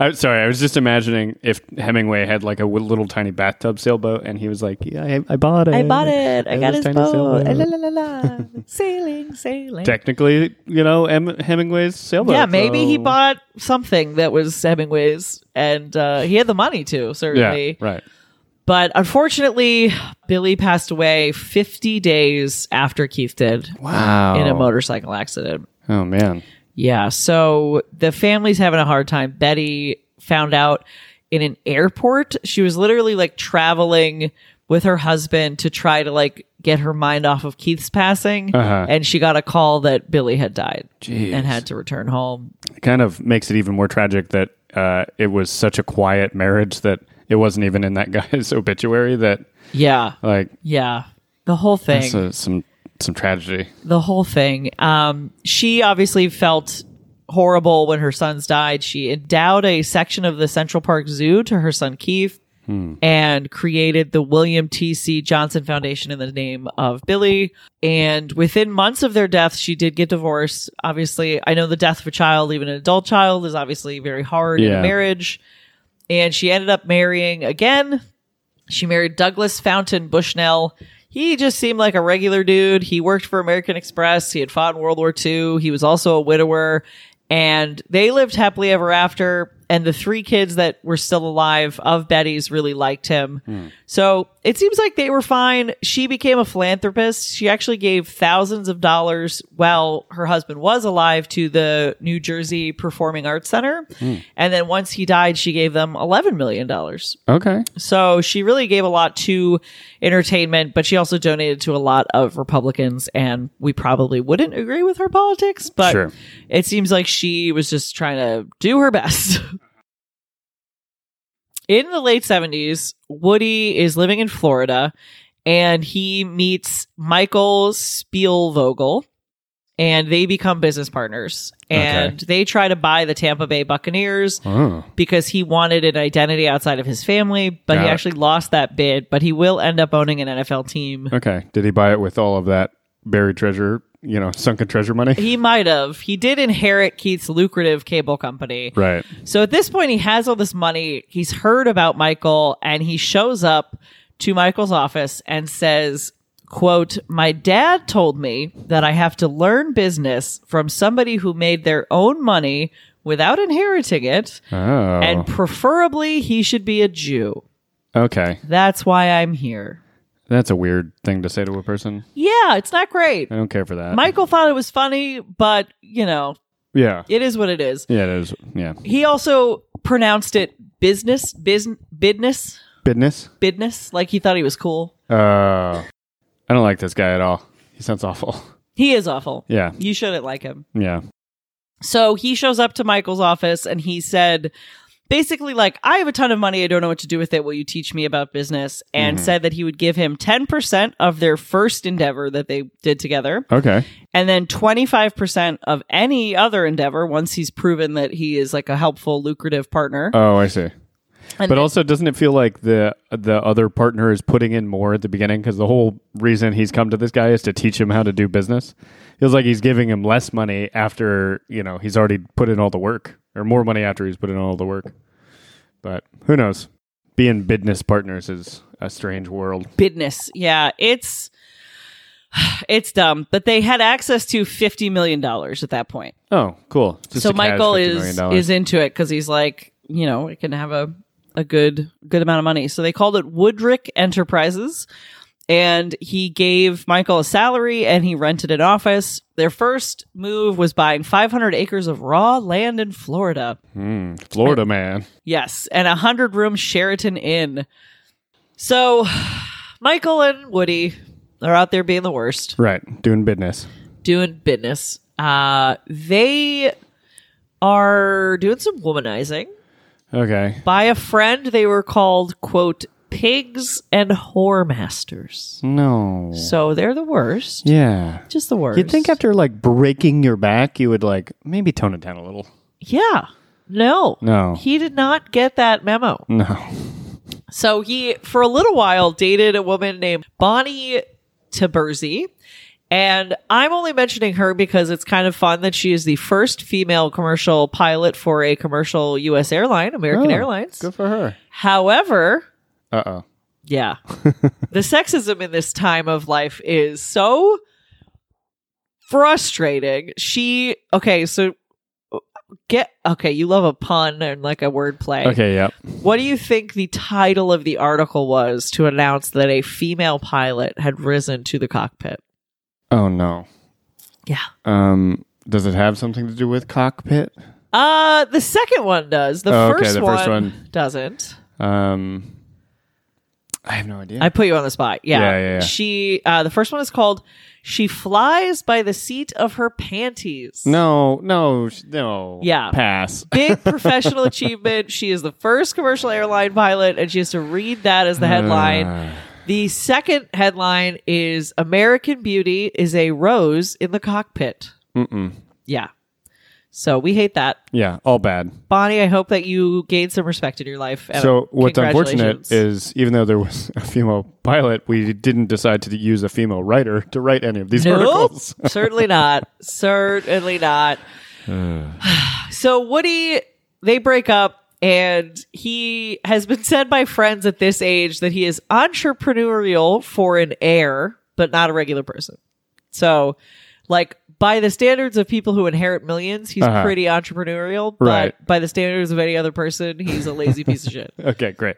C: I'm sorry. I was just imagining if Hemingway had like a w- little tiny bathtub sailboat, and he was like, "Yeah, I, I bought it.
B: I bought it. I
C: It
B: got his
C: was tiny
B: boat. Eh,
C: sailboat.
B: La, la, la, la. sailing, sailing.
C: Technically, you know, em- Hemingway's sailboat.
B: yeah, maybe he
C: so-
B: bought something that was Hemingway's, and uh, he had the money to certainly.
C: Yeah. Right.
B: But unfortunately, Billy passed away 50 days after Keith did
C: Wow.
B: in a motorcycle accident.
C: Oh man.
B: Yeah. So the family's having a hard time. Betty found out in an airport. She was literally like traveling with her husband to try to like get her mind off of Keith's passing.
C: Uh-huh.
B: And she got a call that Billy had died
C: Jeez.
B: and had to return home.
C: kind of makes it even more tragic that uh, it was such a quiet marriage that it wasn't even in that guy's obituary that
B: Yeah.
C: like
B: Yeah. The whole thing.
C: Uh, so, some some tragedy.
B: the whole thing. Um, she obviously felt horrible when her sons died. She endowed a section of the Central Park Zoo to her son Keith and created the William T.C. Johnson Foundation in the name of Billy. And within months of their death, she did get divorced. Obviously, I know the death of a child, even an adult child, is obviously very hard in
C: Yeah.
B: a marriage. And she ended up marrying again. She married Douglas Fountain Bushnell. He just seemed like a regular dude. He worked for American Express. He had fought in World War II. He was also a widower. And they lived happily ever after. And the three kids that were still alive of Betty's really liked him. So it seems like they were fine. She became a philanthropist. She actually gave thousands of dollars while her husband was alive to the New Jersey Performing Arts Center. And then once he died, she gave them $11 million.
C: Okay.
B: So she really gave a lot to entertainment, but she also donated to a lot of Republicans. And we probably wouldn't agree with her politics, but
C: Sure.
B: it seems like she was just trying to do her best. in the late 70s, Woody is living in Florida and he meets Michael Spielvogel and they become business partners. And they try to buy the Tampa Bay Buccaneers
C: Oh.
B: because he wanted an identity outside of his family, but
C: Got
B: he
C: it.
B: actually lost that bid. But he will end up owning an NFL team.
C: Okay. Did he buy it with all of that buried treasure, you know, sunken treasure money?
B: He might have. He did inherit Keith's lucrative cable company.
C: Right.
B: So at this point, he has all this money. He's heard about Michael and he shows up to Michael's office and says, quote, my dad told me that I have to learn business from somebody who made their own money without inheriting it.
C: Oh.
B: And preferably he should be a Jew.
C: okay.
B: That's why I'm here.
C: That's a weird thing to say to a person.
B: Yeah, it's not great.
C: I don't care for that.
B: Michael thought it was funny, but you know,
C: yeah.
B: it is what it is.
C: Yeah, it is. Yeah.
B: He also pronounced it business, business, bidness,
C: Business.
B: bidness, like he thought he was cool.
C: Uh, I don't like this guy at all. He sounds awful.
B: He is awful.
C: Yeah.
B: You shouldn't like him.
C: Yeah.
B: So he shows up to Michael's office and he said, basically, like, I have a ton of money. I don't know what to do with it. Will you teach me about business? And said that he would give him 10% of their first endeavor that they did together.
C: Okay.
B: and then 25% of any other endeavor once he's proven that he is like a helpful lucrative partner
C: Oh, I see.
B: And
C: but also, doesn't it feel like the the other partner is putting in more at the beginning? Because the whole reason he's come to this guy is to teach him how to do business. Feels like he's giving him less money after you know he's already put in all the work, or more money after he's put in all the work. But who knows? Being business partners is a strange world.
B: business yeah it's it's dumb but they had access to 50 million dollars at that point
C: Oh, cool. Just
B: so
C: to cash
B: michael
C: $50
B: is
C: million.
B: is into it because he's like you know it can have a a good good amount of money so they called it woodrick enterprises and he gave michael a salary and he rented an office their first move was buying 500 acres of raw land in florida
C: Florida man.
B: Yes, and a hundred room Sheraton Inn. So Michael and Woody are out there being the worst,
C: Right, doing business.
B: doing business. Uh, they are doing some womanizing.
C: Okay.
B: By a friend, they were called, quote, pigs and whore masters.
C: No.
B: So they're the worst.
C: Yeah.
B: Just the worst.
C: You'd think after like breaking your back, you would like maybe tone it down a little.
B: Yeah. No.
C: No.
B: He did not get that memo.
C: No.
B: So he, for a little while, dated a woman named Bonnie Tiberzi. And I'm only mentioning her because it's kind of fun that she is the first female commercial pilot for a commercial U.S. airline, American
C: Oh,
B: Airlines.
C: Good for her.
B: However,
C: Uh oh.
B: yeah, the sexism in this time of life is so frustrating. She, okay, so uh, get, okay, you love a pun and like a word play.
C: Okay. Yep.
B: What do you think the title of the article was to announce that a female pilot had risen to the cockpit?
C: Oh no.
B: Yeah.
C: Um. Does it have something to do with cockpit?
B: Uh the second one does. The,
C: Oh, okay,
B: first,
C: the
B: one
C: first one.
B: doesn't.
C: Um. I have no idea.
B: I put you on the spot. Yeah.
C: Yeah, yeah, yeah.
B: She uh the first one is called She Flies by the Seat of Her Panties.
C: no. No. sh- No.
B: Yeah.
C: Pass.
B: Big professional
C: Ah. Uh,
B: achievement. She is the first commercial airline pilot, and she has to read that as the headline. The second headline is American Beauty is a rose in the cockpit. Mm-mm. Yeah. So we hate that.
C: Yeah, all bad.
B: Bonnie, I hope that you gained some respect in your life. and
C: So what's unfortunate
B: Oh, congratulations.
C: is even though there was a female pilot, we didn't decide to use a female writer to write any of these
B: Nope.
C: articles.
B: Certainly not. Certainly not. so Woody, they break up, and he has been said by friends at this age that he is entrepreneurial for an heir, but not a regular person. So, like by the standards of people who inherit millions, he's
C: Uh-huh.
B: pretty entrepreneurial. But
C: Right.
B: by the standards of any other person, he's a lazy piece of shit.
C: Okay, great.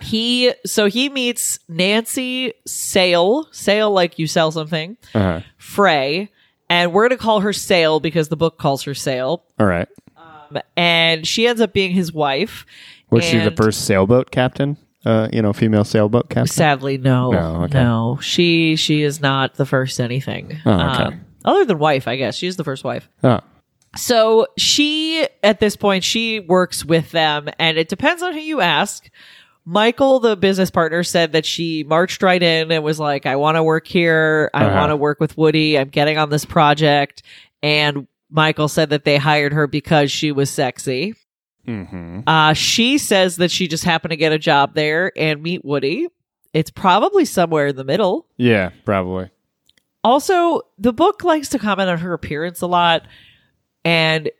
B: He so he meets Nancy Sale, Sale like you sell something.
C: Uh-huh.
B: Frey, and we're going to call her Sale because the book calls her Sale. Um,
C: All right.
B: And she ends up being his wife.
C: Was she the
B: And-
C: first sailboat captain? Uh, you know, female sailboat captain.
B: Sadly, no,
C: No,
B: no,
C: okay.
B: She she is not the first anything. Um,
C: Oh, okay.
B: other than wife, I guess she is the first wife.
C: Oh,
B: So she, at this point, she works with them, and it depends on who you ask. Michael, the business partner, said that she marched right in and was like, I want to work here. I
C: Uh-huh.
B: want to work with Woody. I'm getting on this project. And Michael said that they hired her because she was sexy.
C: mm-hmm.
B: Uh, she says that she just happened to get a job there and meet Woody. It's probably somewhere in the middle.
C: yeah, probably.
B: Also, the book likes to comment on her appearance a lot. And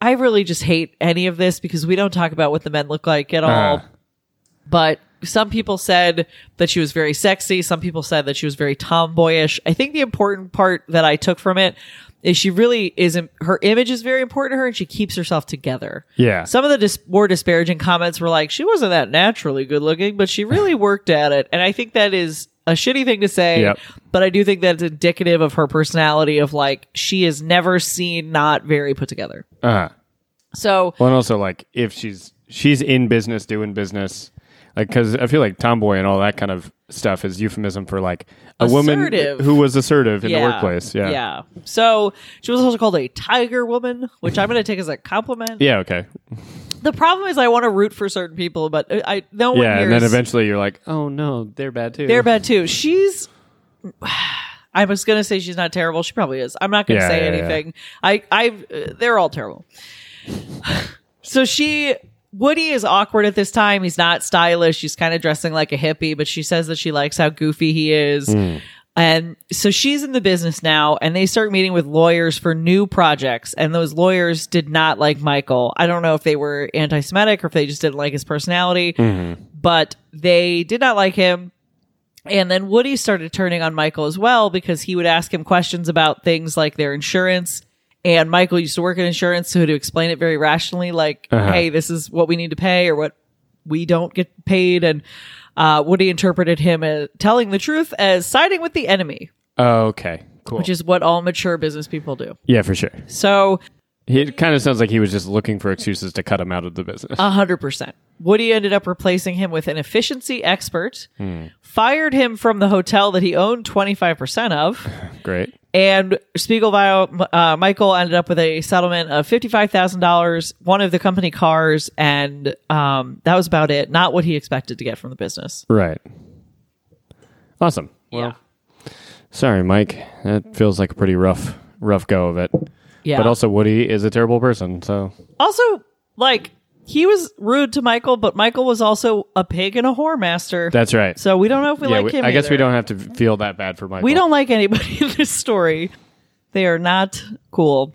B: I really just hate any of this because we don't talk about what the men look like at all.
C: Uh.
B: But some people said that she was very sexy. Some people said that she was very tomboyish. I think the important part that I took from it is she really isn't, her image is very important to her and she keeps herself together.
C: Yeah.
B: Some of the dis- more disparaging comments were like, she wasn't that naturally good looking, but she really worked at it. And I think that is a shitty thing to say,
C: Yep.
B: but I do think that's indicative of her personality of like, she is never seen not very put together.
C: Uh-huh.
B: So,
C: Well, and also like if she's she's in business doing business, like because I feel like tomboy and all that kind of stuff is euphemism for like a
B: Assertive.
C: woman who was assertive in the workplace. Yeah.
B: Yeah. So she was also called a tiger woman, which I'm going to take as a compliment.
C: Yeah, Okay.
B: The problem is I want to root for certain people, but uh, I, I no one
C: yeah,
B: hears.
C: and then eventually you're like, oh no, they're bad too.
B: They're bad too. She's. I was gonna say she's not terrible. She probably is. I'm not gonna
C: Yeah,
B: say
C: yeah, yeah.
B: anything. I, I, uh, they're all terrible. so she, Woody is awkward at this time. He's not stylish. She's kind of dressing like a hippie, but she says that she likes how goofy he is.
C: Hmm.
B: And so she's in the business now, and they start meeting with lawyers for new projects. And those lawyers did not like Michael. I don't know if they were anti Semitic or if they just didn't like his personality,
C: Mm-hmm.
B: but they did not like him. And then Woody started turning on Michael as well because he would ask him questions about things like their insurance. And Michael used to work in insurance, so to explain it very rationally, like, hey, this is what we need to pay or what we don't get paid. And uh, Woody interpreted him as telling the truth as siding with the enemy,
C: Oh, okay. Cool.
B: which is what all mature business people do.
C: yeah, for sure.
B: So
C: He, it kind of sounds like he was just looking for excuses to cut him out of the business.
B: A hundred percent. Woody ended up replacing him with an efficiency expert, fired him from the hotel that he owned 25% of,
C: Great.
B: and Spiegelvile, uh, Michael ended up with a settlement of $55,000, one of the company cars, and um, that was about it. Not what he expected to get from the business.
C: Right. Awesome.
B: Well,
C: Sorry, Mike. That feels like a pretty rough, rough go of it.
B: yeah.
C: But also, Woody is a terrible person. So
B: also, like, he was rude to Michael, but Michael was also a pig and a whore master.
C: that's right.
B: so we don't know if we
C: yeah,
B: like
C: we-
B: him.
C: I guess we
B: either.
C: don't have to feel that bad for Michael.
B: We don't like anybody in this story. They are not cool.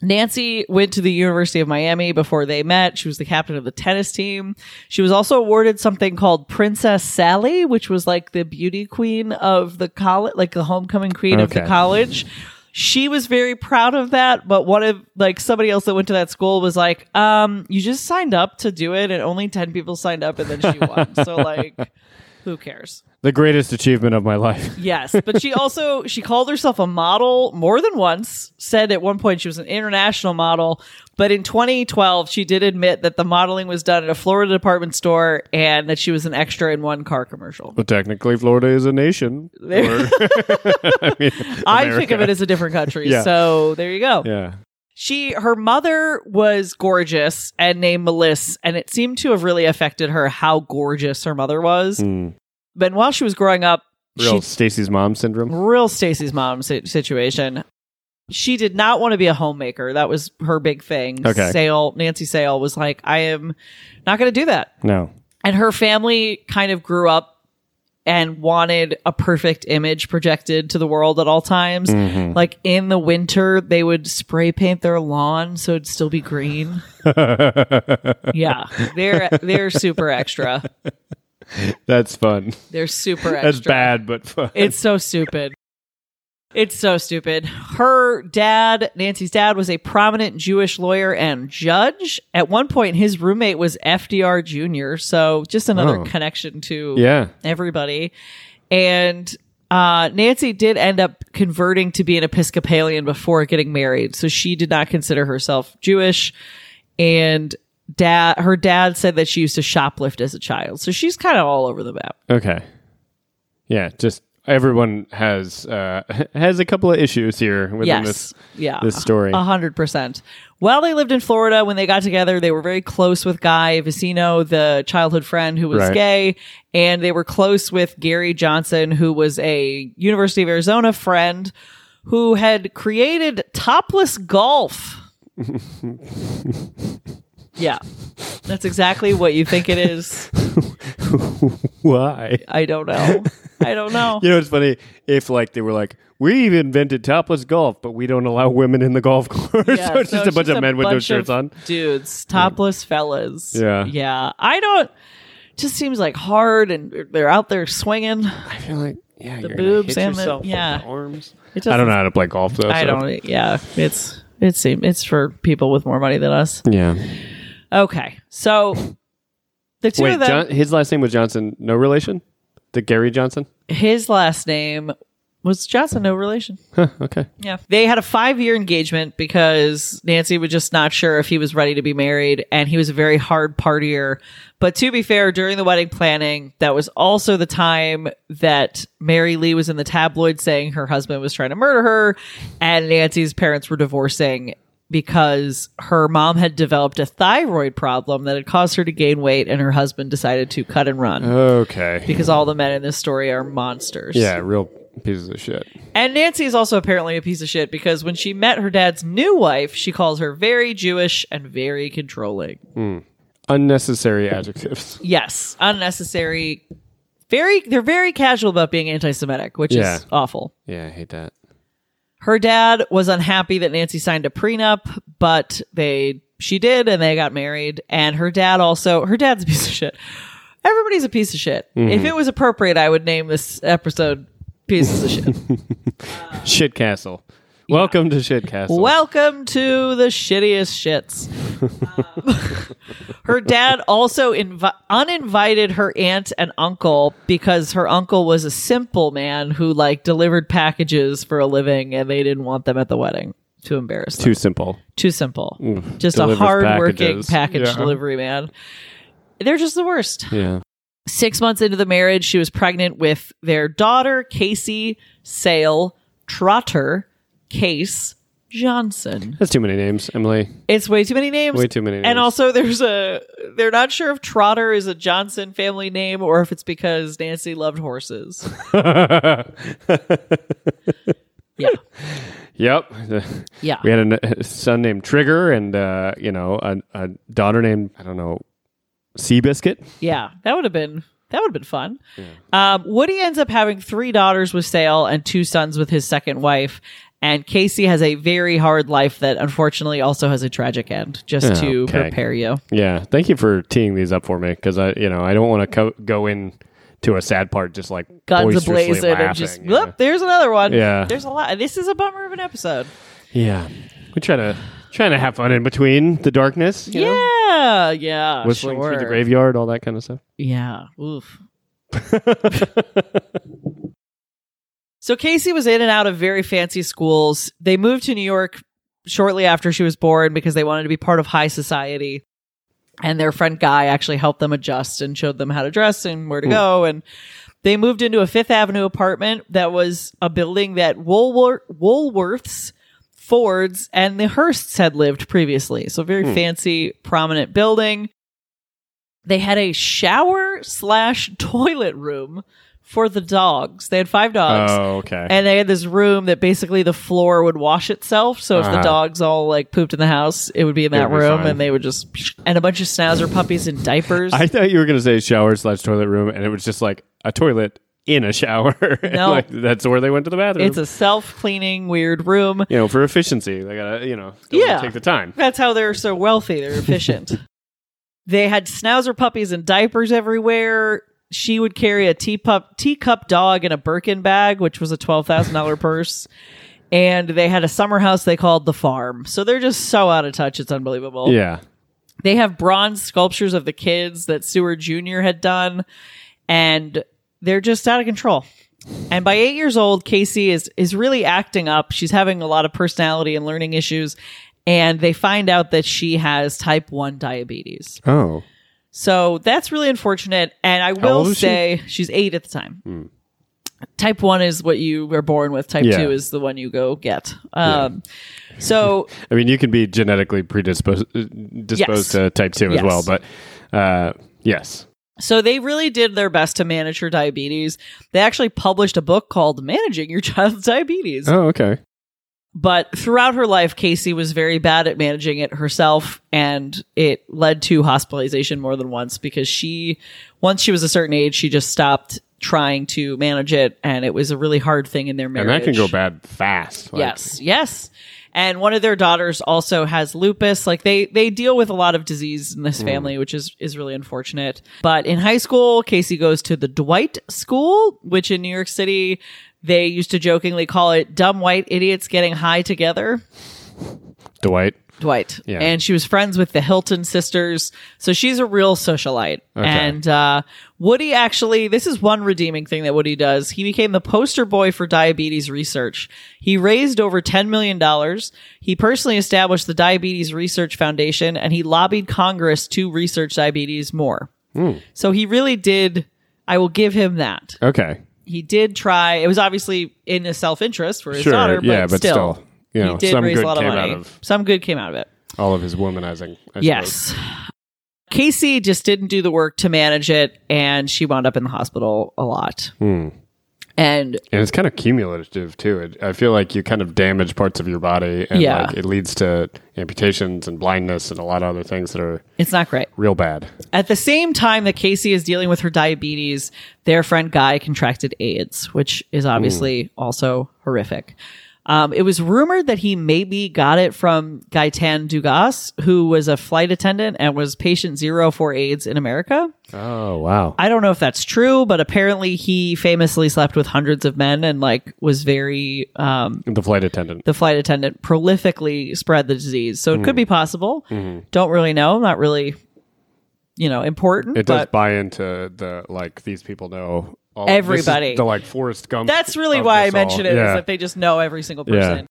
B: Nancy went to the University of Miami before they met. She was the captain of the tennis team. She was also awarded something called Princess Sally, which was like the beauty queen of the college, like the homecoming queen of the
C: Okay.
B: college. She was very proud of that, but one of like somebody else that went to that school was like, um, you just signed up to do it and only 10 people signed up and then she won. so like, who cares?
C: the greatest achievement of my life.
B: Yes, but she also she called herself a model more than once. Said at one point she was an international model, but in 2012 she did admit that the modeling was done at a Florida department store and that she was an extra in one car commercial.
C: Well, technically, Florida is a nation. Or- I mean,
B: I think of
C: America.
B: it as a different country.
C: Yeah.
B: So there you go.
C: yeah.
B: She her mother was gorgeous and named Melissa, and it seemed to have really affected her how gorgeous her mother was. But while she was growing up,
C: Hmm. Real
B: she
C: Stacy's mom syndrome.
B: real Stacy's mom si- situation. She did not want to be a homemaker. That was her big thing.
C: Okay.
B: Sale Nancy Sale was like, I am not going to do that.
C: No.
B: And her family kind of grew up and wanted a perfect image projected to the world at all times.
C: Mm-hmm.
B: Like in the winter, they would spray paint their lawn so it'd still be green. yeah, they're they're super extra.
C: That's fun.
B: They're super extra.
C: That's bad, but fun.
B: It's so stupid. It's so stupid. Her dad, Nancy's dad, was a prominent Jewish lawyer and judge. At one point, his roommate was FDR Jr., so just another
C: Oh.
B: connection to
C: yeah.
B: everybody. And uh, Nancy did end up converting to be an Episcopalian before getting married, so she did not consider herself Jewish. And dad, her dad said that she used to shoplift as a child, so she's kind of all over the map.
C: Okay. Yeah. Just everyone has uh, has a couple of issues here within
B: yes. Uh,
C: this
B: yeah.
C: this story.
B: A hundred percent. While they lived in Florida, when they got together, they were very close with Guy Vicino, the childhood friend who was
C: Right.
B: gay, and they were close with Gary Johnson, who was a University of Arizona friend who had created topless golf. yeah. That's exactly what you think it is.
C: Why?
B: I don't know. I don't know.
C: You know, it's funny if like they were like, we invented topless golf, but we don't allow women in the golf course.
B: Yeah,
C: so it's just a bunch of men with no
B: bunch
C: shirts
B: of
C: on.
B: Dudes, topless fellas.
C: Yeah.
B: Yeah. I don't, just seems like hard and they're out there swinging.
C: I feel like yeah, the you're
B: gonna boobs hit and the- yourself with yeah. the
C: arms.
B: It
C: I don't know how to play golf though.
B: I
C: so-
B: don't, yeah. It's, it seems, it's for people with more money than us.
C: Yeah.
B: Okay. So the two
C: Wait,
B: of them,
C: John, his last name was Johnson. No relation to Gary Johnson.
B: his last name was Johnson, no relation.
C: Huh, okay.
B: Yeah. They had a five year engagement because Nancy was just not sure if he was ready to be married and he was a very hard partier. But to be fair, during the wedding planning, that was also the time that Mary Lee was in the tabloid saying her husband was trying to murder her and Nancy's parents were divorcing because her mom had developed a thyroid problem that had caused her to gain weight and her husband decided to cut and run.
C: Okay.
B: because all the men in this story are monsters.
C: Oh. Yeah, real pieces of shit.
B: And Nancy is also apparently a piece of shit because when she met her dad's new wife, she calls her very Jewish and very controlling.
C: Unnecessary adjectives.
B: Yes, unnecessary. Very, they're very casual about being anti-Semitic, which
C: Yeah.
B: is awful.
C: Yeah, I hate that.
B: Her dad was unhappy that Nancy signed a prenup, but they she did, and they got married. And her dad also, her dad's a piece of shit. Everybody's a piece of shit. If it was appropriate, I would name this episode "Pieces of Shit."
C: Shit Castle. Welcome to Shit Castle.
B: Welcome to the shittiest shits. Um, her dad also invi- uninvited her aunt and uncle because her uncle was a simple man who like delivered packages for a living, and they didn't want them at the wedding. Too embarrassed. Too,
C: Too simple.
B: Too simple. just a
C: delivers
B: hard-working
C: packages.
B: package
C: Yeah.
B: delivery man. They're just the worst.
C: Yeah.
B: Six months into the marriage, she was pregnant with their daughter, Casey Sale Trotter Case Johnson.
C: That's too many names, Emily.
B: It's way too many names.
C: Way too many names.
B: And also, there's a they're not sure if Trotter is a Johnson family name or if it's because Nancy loved horses. yeah,
C: Yep.
B: yeah.
C: We had a n- a son named Trigger and, uh, you know, a, a daughter named, I don't know, Seabiscuit.
B: Yeah, that would have been that would have been fun. Um, Woody ends up having three daughters with Sale and two sons with his second wife. And Casey has a very hard life that unfortunately also has a tragic end. Just to
C: Okay.
B: prepare you.
C: Yeah. Thank you for teeing these up for me because I, you know, I don't want to co- go in to a sad part just like
B: Guns
C: boisterously
B: ablazing and
C: laughing,
B: just
C: you know?
B: whoop, there's another one.
C: Yeah.
B: There's a lot. This is a bummer of an episode.
C: Yeah. We try to trying to have fun in between the darkness. You know?
B: Yeah, yeah.
C: Whistling
B: sure.
C: through the graveyard, all that kind of stuff.
B: Yeah. Oof. so Casey was in and out of very fancy schools. They moved to New York shortly after she was born because they wanted to be part of high society. And their friend Guy actually helped them adjust and showed them how to dress and
C: Hmm.
B: where to go. And they moved into a Fifth Avenue apartment that was a building that Woolworth, Woolworths, Fords, and the Hearsts had lived previously. So,
C: Hmm.
B: very fancy, prominent building. They had a shower slash toilet room for the dogs. They had five dogs.
C: Oh, okay.
B: And they had this room that basically the floor would wash itself. So if the dogs all like pooped in the house, it would be in that
C: would Uh-huh. be
B: room
C: fine.
B: and they would just, and a bunch of schnauzer puppies in diapers.
C: I thought you were going to say shower slash toilet room, and it was just like a toilet in a shower. And,
B: No.
C: like, that's where they went to the bathroom.
B: it's a self cleaning weird room.
C: you know, for efficiency, they gotta, you know, don't wanna
B: Yeah.
C: take the time.
B: That's how they're so wealthy. They're efficient. they had schnauzer puppies and diapers everywhere. She would carry a teacup teacup dog in a Birkin bag, which was a twelve thousand dollar purse. And they had a summer house they called the farm. So they're just so out of touch. It's unbelievable.
C: Yeah,
B: They have bronze sculptures of the kids that Seward Jr. had done, and they're just out of control. And by eight years old, Casey is is really acting up. She's having a lot of personality and learning issues, and they find out that she has type one diabetes.
C: Oh,
B: So that's really unfortunate. And I
C: old
B: will
C: is she? Hmm.
B: say she's eight at the time. Type one is what you are born with. Type
C: Yeah.
B: two is the one you go get. Um, So
C: I mean, you can be genetically predisposed disposed
B: Yes.
C: to type two as
B: Yes.
C: well, but uh, yes,
B: So they really did their best to manage her diabetes. They actually published a book called Managing Your Child's Diabetes.
C: oh, okay,
B: But throughout her life, Casey was very bad at managing it herself, and it led to hospitalization more than once because she, once she was a certain age, she just stopped trying to manage it, and it was a really hard thing in their marriage.
C: and that can go bad fast. like-
B: Yes, yes. And one of their daughters also has lupus. Like they they deal with a lot of disease in this family, which is is really unfortunate. But in high school, Casey goes to the Dwight School, which in New York City they used to jokingly call it dumb white idiots getting high together.
C: Dwight.
B: Dwight.
C: Yeah.
B: And she was friends with the Hilton sisters. So she's a real socialite. And uh, Woody actually, this is one redeeming thing that Woody does. He became the poster boy for diabetes research. He raised over $10 million. He personally established the Diabetes Research Foundation and he lobbied Congress to research diabetes more.
C: Hmm.
B: So he really did. I will give him that.
C: Okay,
B: He did try. It was obviously in his self interest for his
C: sure,
B: daughter, but,
C: yeah, but still,
B: still,
C: you know,
B: he did
C: some
B: raise
C: good
B: a lot of
C: came
B: money.
C: out of
B: some good came out of it.
C: all of his womanizing. I suppose.
B: Yes. Casey just didn't do the work to manage it, and she wound up in the hospital a lot. And
C: and it's kind of cumulative too. It, I feel like you kind of damage parts of your body, and
B: Yeah.
C: like, it leads to amputations and blindness and a lot of other things that are
B: it's not great.
C: real bad.
B: At the same time that Casey is dealing with her diabetes, their friend Guy contracted AIDS, which is obviously also horrific. Um, it was rumored that he maybe got it from Gaetan Dugas, who was a flight attendant and was patient zero for AIDS in America.
C: Oh wow!
B: I don't know if that's true, but apparently he famously slept with hundreds of men and like was very um
C: the flight attendant.
B: the flight attendant prolifically spread the disease. So it
C: Hmm.
B: could be possible. Don't really know. Not really, you know, important.
C: It does
B: but
C: buy into the like these people know all, this is
B: Everybody.
C: The like Forrest Gump.
B: that's really
C: of
B: why I
C: this all.
B: mention it is
C: Yeah.
B: that they just know every single
C: Yeah.
B: person.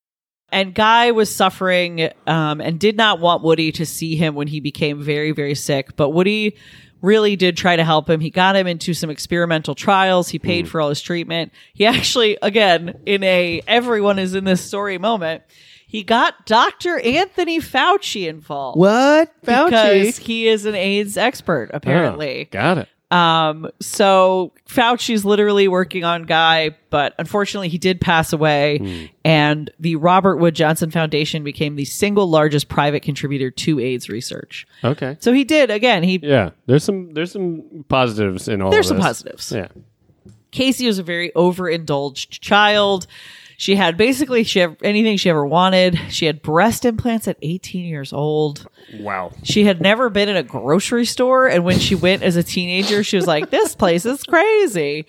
B: And Guy was suffering um, and did not want Woody to see him when he became very, very sick. But Woody really did try to help him. He got him into some experimental trials. He
C: Hmm.
B: paid for all his treatment. He actually, again, in a everyone is in this story moment, he got Dr. Anthony Fauci involved.
C: what
B: Because he is an AIDS expert,
C: Ah.
B: apparently.
C: got it.
B: Um, so Fauci's literally working on Guy, but unfortunately he did pass away.
C: Hmm.
B: And the Robert Wood Johnson Foundation became the single largest private contributor to AIDS research.
C: Okay.
B: So he did, again, he
C: Yeah, there's some there's some positives in all.
B: there's some
C: of this.
B: positives.
C: Yeah.
B: Casey was a very overindulged child. She had basically she had anything she ever wanted. She had breast implants at 18 years old.
C: Wow.
B: She had never been in a grocery store. And when she went as a teenager, she was like, this place is crazy.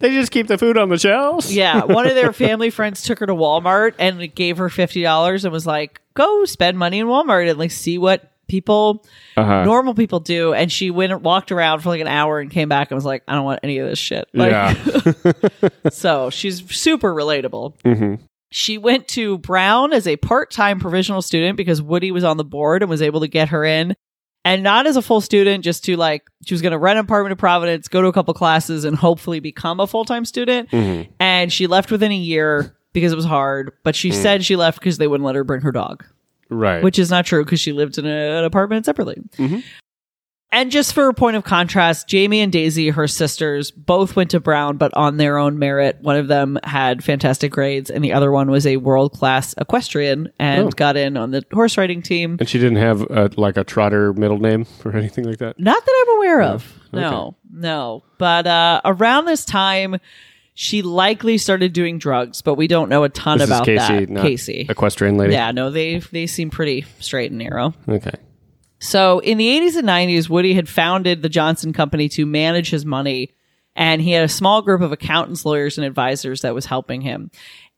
C: They just keep the food on the shelves.
B: Yeah, one of their family friends took her to Walmart and gave her fifty dollars and was like, "Go spend money in Walmart and like see what people, normal people do." And she went and walked around for like an hour and came back and was like, "I don't want any of this shit." Like,
C: yeah.
B: so she's super relatable. She went to Brown as a part time provisional student because Woody was on the board and was able to get her in. And not as a full student, just to like, she was going to rent an apartment in Providence, go to a couple classes, and hopefully become a full time student. And she left within a year because it was hard. But she said she left because they wouldn't let her bring her dog
C: right. Mm-hmm.
B: which is not true because she lived in a- an apartment separately. And just for a point of contrast, Jamie and Daisy, her sisters, both went to Brown, but on their own merit. One of them had fantastic grades, and the other one was a world class equestrian and
C: Oh.
B: got in on the horse riding team.
C: And she didn't have a, like a trotter middle name or anything like that.
B: Not that I'm aware of. No, no. But uh, around this time, she likely started doing drugs, but we don't know a ton
C: This
B: about
C: is Casey,
B: that.
C: not
B: Casey.
C: equestrian lady.
B: Yeah, no, they they seem pretty straight and narrow.
C: Okay.
B: So in the 80s and 90s, Woody had founded the Johnson Company to manage his money, and he had a small group of accountants, lawyers, and advisors that was helping him.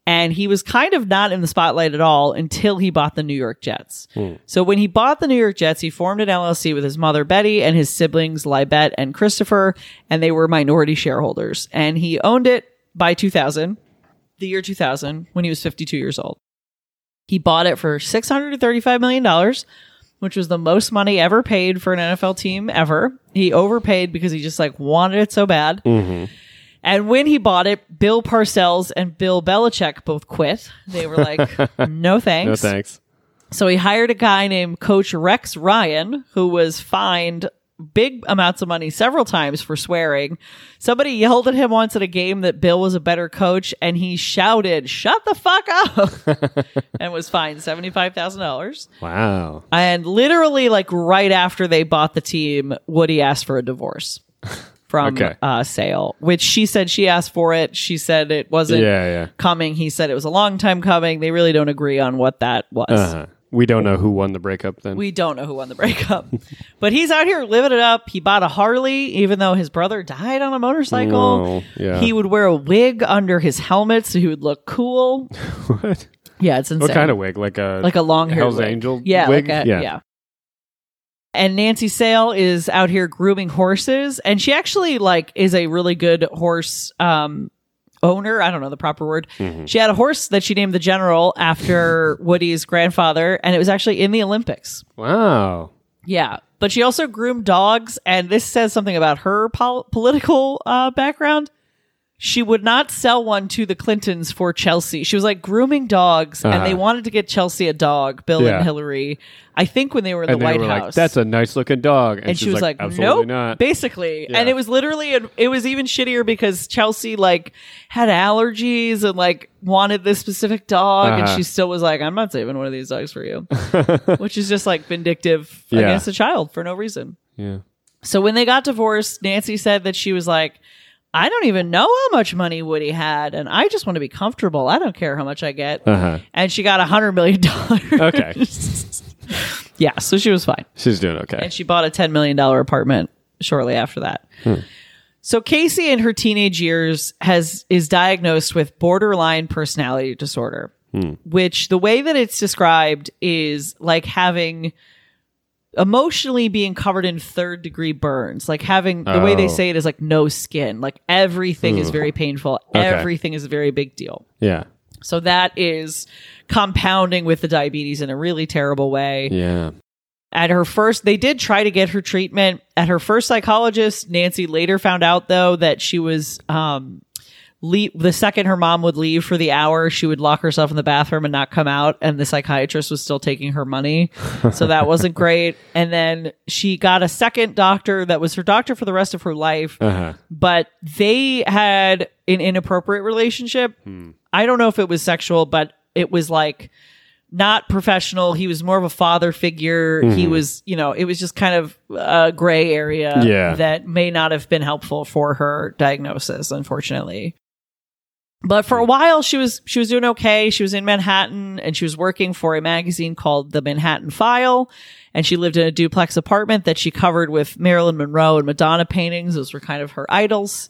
B: And he was kind of not in the spotlight at all until he bought the New York Jets. So when he bought the New York Jets, he formed an LLC with his mother Betty and his siblings Libet and Christopher, and they were minority shareholders. And he owned it by 2000, the year 2000, when he was 52 years old. He bought it for $635 million, which was the most money ever paid for an NFL team ever. He overpaid because he just like wanted it so bad. And when he bought it, Bill Parcells and Bill Belichick both quit. They were like, no
C: No
B: thanks.
C: thanks.
B: So he hired a guy named Coach Rex Ryan, who was fined big amounts of money several times for swearing. Somebody yelled at him once at a game that Bill was a better coach, and he shouted, Shut the fuck up! and was fined $75,000.
C: Wow.
B: And literally, like right after they bought the team, Woody asked for a divorce from
C: Okay.
B: uh, Sale, which she said she asked for it. She said it wasn't
C: Yeah, yeah.
B: coming. He said it was a long time coming. They really don't agree on what that was.
C: Uh-huh. We don't know who won the breakup then.
B: We don't know who won the breakup, but he's out here living it up. He bought a Harley, even though his brother died on a motorcycle.
C: Oh, yeah.
B: He would wear a wig under his helmet so he would look cool.
C: what?
B: Yeah, it's insane.
C: What kind of wig? Like a
B: like a long hair
C: Hell's
B: wig.
C: Angel
B: yeah,
C: wig?
B: like a-
C: Yeah.
B: yeah and nancy sale is out here grooming horses and she actually like is a really good horse um owner i don't know the proper word
C: Mm-hmm.
B: she had a horse that she named the general after woody's grandfather and it was actually in the olympics
C: Wow.
B: yeah but she also groomed dogs and this says something about her pol- political uh, background she would not sell one to the clintons for chelsea she was like grooming dogs and
C: Uh-huh.
B: they wanted to get chelsea a dog bill
C: Yeah.
B: and hillary i think when they were in
C: And
B: the
C: they
B: white
C: were
B: house
C: like, that's a nice looking dog. And,
B: and she
C: she's
B: was like,
C: absolutely
B: nope,
C: not.
B: basically.
C: Yeah.
B: And it was literally, it was even shittier because Chelsea like had allergies and like wanted this specific dog, and
C: Uh-huh.
B: she still was like, I'm not saving one of these dogs for you, which is just like vindictive
C: Yeah.
B: against a child for no reason.
C: yeah.
B: So when they got divorced, Nancy said that she was like, I don't even know how much money Woody had, and I just want to be comfortable. I don't care how much I get.
C: Uh-huh.
B: And she got a hundred million dollars.
C: Okay.
B: yeah, so she was fine
C: She's doing okay.
B: and she bought a $10 million apartment shortly after that. So Casey in her teenage years has is diagnosed with borderline personality disorder, which the way that it's described is like having emotionally being covered in third degree burns, like having the way they
C: Oh. Hmm.
B: say it is like no skin, like everything is very painful,
C: Okay.
B: everything is a very big deal.
C: yeah.
B: So that is compounding with the diabetes in a really terrible way
C: Yeah.
B: at her first they did try to get her treatment at her first psychologist nancy later found out though that she was um le- the second her mom would leave for the hour she would lock herself in the bathroom and not come out and the psychiatrist was still taking her money so that wasn't great and then she got a second doctor that was her doctor for the rest of her life
C: Uh-huh.
B: but they had an inappropriate relationship. I don't know if it was sexual, but it was like not professional. He was more of a father figure. He was, you know, it was just kind of a gray area
C: Yeah.
B: that may not have been helpful for her diagnosis, unfortunately. But for a while she was she was doing okay. She was in Manhattan and she was working for a magazine called The Manhattan File and she lived in a duplex apartment that she covered with Marilyn Monroe and Madonna paintings. Those were kind of her idols.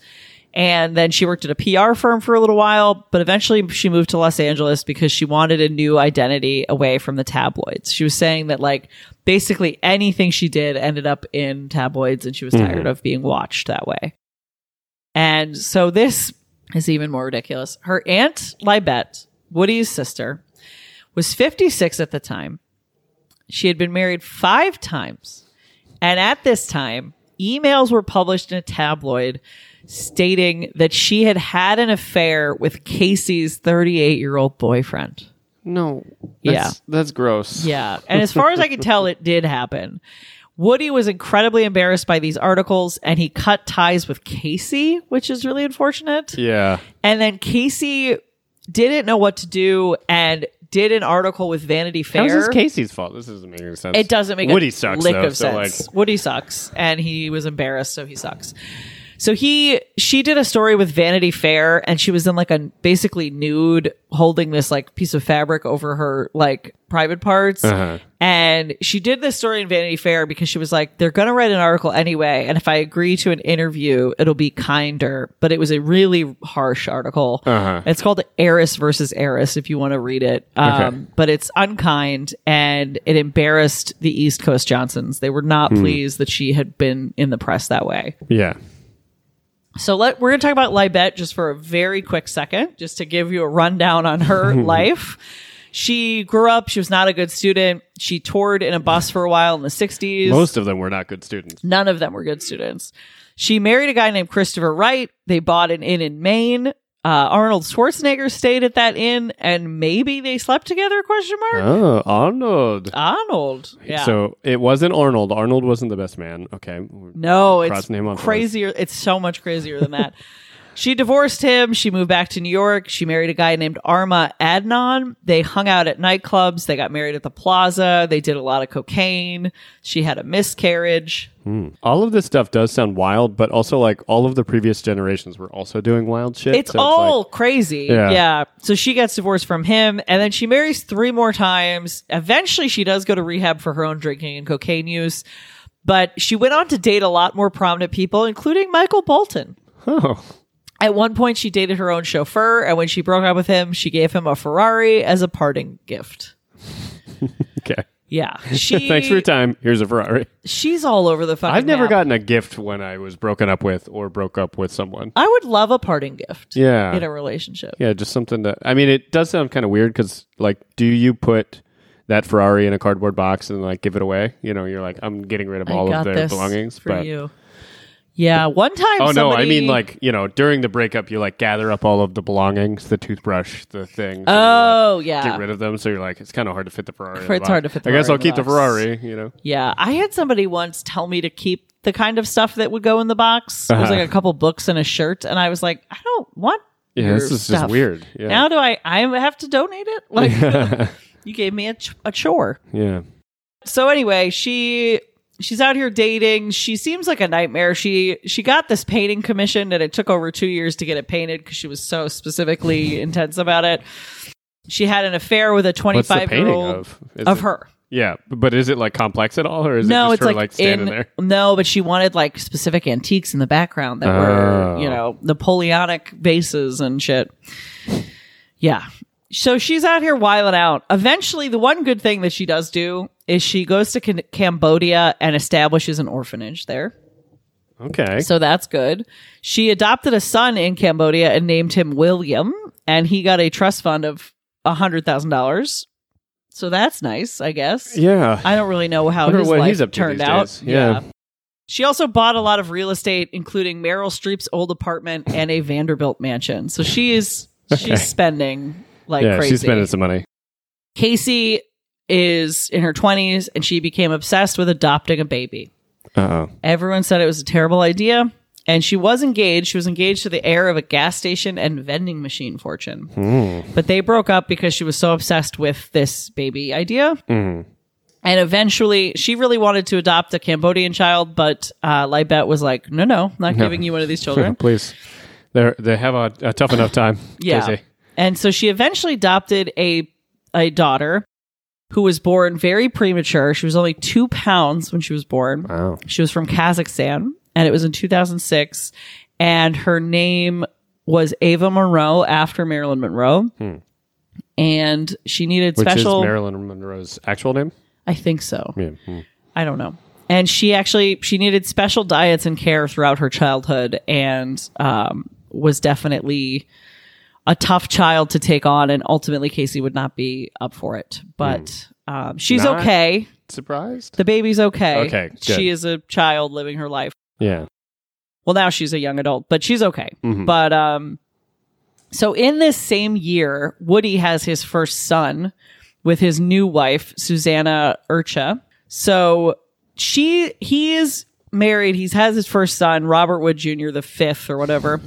B: And then she worked at a PR firm for a little while, but eventually she moved to Los Angeles because she wanted a new identity away from the tabloids. She was saying that like basically anything she did ended up in tabloids and she was tired of being watched that way. And so this is even more ridiculous. Her aunt, Libet, Woody's sister, was 56 at the time. She had been married five times. And at this time, emails were published in a tabloid stating that she had had an affair with Casey's 38 year old boyfriend.
C: No.
B: Yeah. that's-
C: That's gross.
B: Yeah. And as far as I can tell, it did happen. Woody was incredibly embarrassed by these articles and he cut ties with Casey, which is really unfortunate.
C: Yeah.
B: And then Casey didn't know what to do and did an article with Vanity Fair.
C: How is this Casey's fault? This doesn't make any sense.
B: It doesn't make
C: Woody
B: a
C: sucks
B: lick
C: though.
B: of
C: so
B: sense. Woody sucks, and he was embarrassed, so he sucks. So he she did a story with Vanity Fair, and she was in like a basically nude, holding this like piece of fabric over her like private parts.
C: Uh-huh.
B: And she did this story in Vanity Fair because she was like, they're going to write an article anyway. And if I agree to an interview, it'll be kinder. But it was a really harsh article. It's called Heiress versus Heiress if you want to read it. Um, But it's unkind and it embarrassed the East Coast Johnsons. They were not pleased that she had been in the press that way.
C: like yeah.
B: So let we're going to talk about Libet just for a very quick second, just to give you a rundown on her life. She grew up. She was not a good student. She toured in a bus for a while in the 60s.
C: Most of them were not good students.
B: None of them were good students. She married a guy named Christopher Wright. They bought an inn in Maine. Uh, Arnold Schwarzenegger stayed at that inn, and maybe they slept together? Question mark.
C: Oh, Arnold.
B: Arnold. Yeah.
C: So it wasn't Arnold. Arnold wasn't the best man. Okay.
B: No, it's
C: Crossing him on
B: crazier. It's so much crazier than that. she divorced him. She moved back to New York. She married a guy named Arma Adnan. They hung out at nightclubs. They got married at the plaza. They did a lot of cocaine. She had a miscarriage.
C: All of this stuff does sound wild, but also like all of the previous generations were also doing wild shit.
B: It's
C: so
B: all
C: like-
B: crazy.
C: Yeah.
B: Yeah. So she gets divorced from him and then she marries three more times. Eventually, she does go to rehab for her own drinking and cocaine use. But she went on to date a lot more prominent people, including Michael Bolton.
C: oh,
B: At one point, she dated her own chauffeur, and when she broke up with him, she gave him a Ferrari as a parting gift.
C: okay.
B: Yeah, she.
C: Thanks for your time. Here's a Ferrari.
B: She's all over the fucking.
C: I've never
B: map.
C: gotten a gift when I was broken up with or broke up with someone.
B: I would love a parting gift.
C: Yeah.
B: in a relationship.
C: Yeah, just something that I mean, it does sound kind of weird because, like, do you put that Ferrari in a cardboard box and like give it away? You know, you're like, I'm getting rid of
B: I
C: all
B: got
C: of their
B: this
C: belongings.
B: for
C: but
B: you. Yeah, one time.
C: oh no, I
B: somebody-
C: mean like you know during the breakup, you like gather up all of the belongings, the toothbrush, the things.
B: Oh yeah,
C: and you, like, uh, get rid of them. So you're like, it's kind of hard to fit the Ferrari. in the
B: It's hard
C: box.
B: to fit
C: I
B: the
C: guess
B: Ferrari
C: I'll
B: in the
C: keep the
B: box.
C: Ferrari. You know,
B: Yeah, I had somebody once tell me to keep the kind of stuff that would go in the box. It was
C: Uh-huh.
B: like a couple books and a shirt, and I was like, I don't want.
C: Yeah,
B: your
C: this is just
B: stuff.
C: weird. Yeah.
B: Now do I? I have to donate it? Like you gave me a, ch- a chore.
C: yeah.
B: So anyway, she she's out here dating. She seems like a nightmare. She she got this painting commissioned, and it took over two years to get it painted because she was so specifically intense about it. She had an affair with a twenty
C: What's the
B: five year
C: painting
B: old
C: of? Is
B: of
C: it-
B: her.
C: Yeah, but is it like complex at all, or is
B: No,
C: it
B: it's
C: just her
B: like,
C: like, standing
B: in,
C: there?
B: no, but she wanted like specific antiques in the background that
C: Oh.
B: were you know Napoleonic vases and shit. Yeah. So she's out here wiling out. Eventually, the one good thing that she does do is she goes to Can- Cambodia and establishes an orphanage there.
C: Okay.
B: So that's good. She adopted a son in Cambodia and named him William, and he got a trust fund of $100,000. So that's nice, I guess.
C: yeah.
B: I don't really know how
C: Wonder
B: his
C: what
B: life
C: he's up to
B: turned
C: these
B: out.
C: days. Yeah.
B: She also bought a lot of real estate, including Meryl Streep's old apartment and a Vanderbilt mansion. So she is
C: Okay.
B: she's spending like
C: yeah,
B: crazy.
C: she's spending some money.
B: Casey is in her twenties and she became obsessed with adopting a baby.
C: Uh oh.
B: Everyone said it was a terrible idea. And she was engaged. She was engaged to the heir of a gas station and vending machine fortune. But they broke up because she was so obsessed with this baby idea. And eventually, she really wanted to adopt a Cambodian child, but uh, Libet was like, no, no, not giving you one of these children.
C: Please. They're, they have a, a tough enough time.
B: Yeah.
C: Casey.
B: And so she eventually adopted a a daughter who was born very premature. She was only two pounds when she was born.
C: Wow.
B: She was from Kazakhstan, and it was in 2006. And her name was Ava Monroe after Marilyn Monroe. And she needed
C: Hmm. Which
B: special.
C: is Marilyn Monroe's actual name?
B: I think so.
C: Yeah. hmm.
B: I don't know. And she actually she needed special diets and care throughout her childhood, and um, was definitely a tough child to take on. And ultimately, Casey would not be up for it. But um, she's
C: Hmm. Not-
B: okay.
C: Surprised?
B: The baby's okay.
C: Okay, good.
B: she is a child living her life.
C: yeah.
B: Well, now she's a young adult, but she's okay. But um, so in this same year, Woody has his first son with his new wife, Susanna Urcha. So she he is married he has his first son robert wood jr the fifth or whatever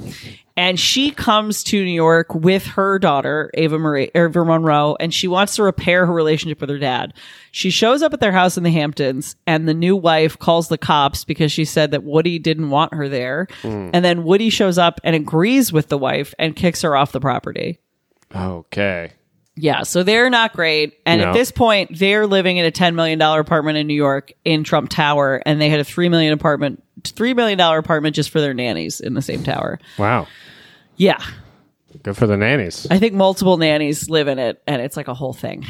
B: and she comes to new york with her daughter ava marie ava monroe and she wants to repair her relationship with her dad she shows up at their house in the hamptons and the new wife calls the cops because she said that woody didn't want her there and then woody shows up and agrees with the wife and kicks her off the property
C: Okay.
B: yeah, so they're not great. And
C: No.
B: at this point, they're living in a $10 million apartment in New York in Trump Tower, and they had a $3 million apartment, $3 million apartment just for their nannies in the same tower.
C: Wow.
B: Yeah.
C: Good for the nannies.
B: I think multiple nannies live in it, and it's like a whole thing.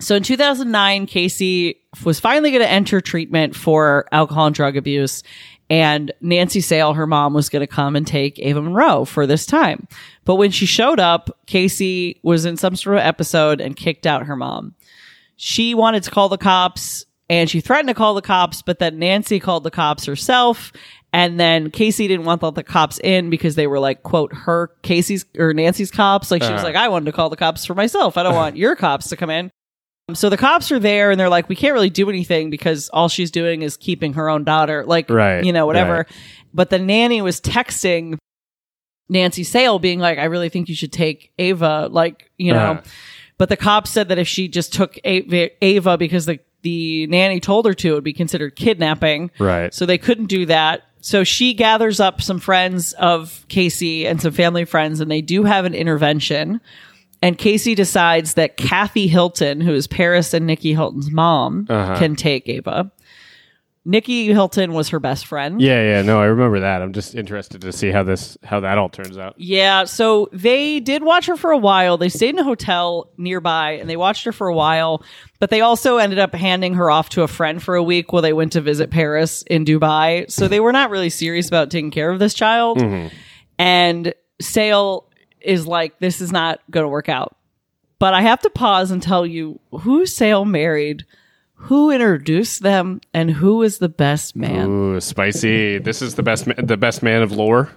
B: so in 2009, Casey was finally going to enter treatment for alcohol and drug abuse. And Nancy Sale, her mom, was going to come and take Ava Monroe for this time. But when she showed up, Casey was in some sort of episode and kicked out her mom. She wanted to call the cops and she threatened to call the cops, but then Nancy called the cops herself. And then Casey didn't want all the cops in because they were like, quote, her Casey's or Nancy's cops. Like she
C: Uh-huh.
B: was like, I wanted to call the cops for myself. I don't want your cops to come in. Um, So the cops are there and they're like, we can't really do anything because all she's doing is keeping her own daughter, like,
C: Right,
B: you know, whatever.
C: right.
B: But the nanny was texting Nancy Sale being like, I really think you should take Ava, like, you know.
C: Uh-huh.
B: But the cops said that if she just took Ava, Ava because the, the nanny told her to, it would be considered kidnapping.
C: Right.
B: So they couldn't do that. So she gathers up some friends of Casey and some family friends, and they do have an intervention. And Casey decides that Kathy Hilton, who is Paris and Nikki Hilton's mom, can take Ava. Nikki Hilton was her best friend.
C: Yeah, yeah, no, I remember that. I'm just interested to see how this how that all turns out.
B: Yeah, so they did watch her for a while. They stayed in a hotel nearby and they watched her for a while, but they also ended up handing her off to a friend for a week while they went to visit Paris in Dubai. So they were not really serious about taking care of this child. And Sale is like, this is not going to work out. But I have to pause and tell you who Sale married, who introduced them, and who is the best man.
C: Ooh, spicy. This is the best ma- the best man of lore.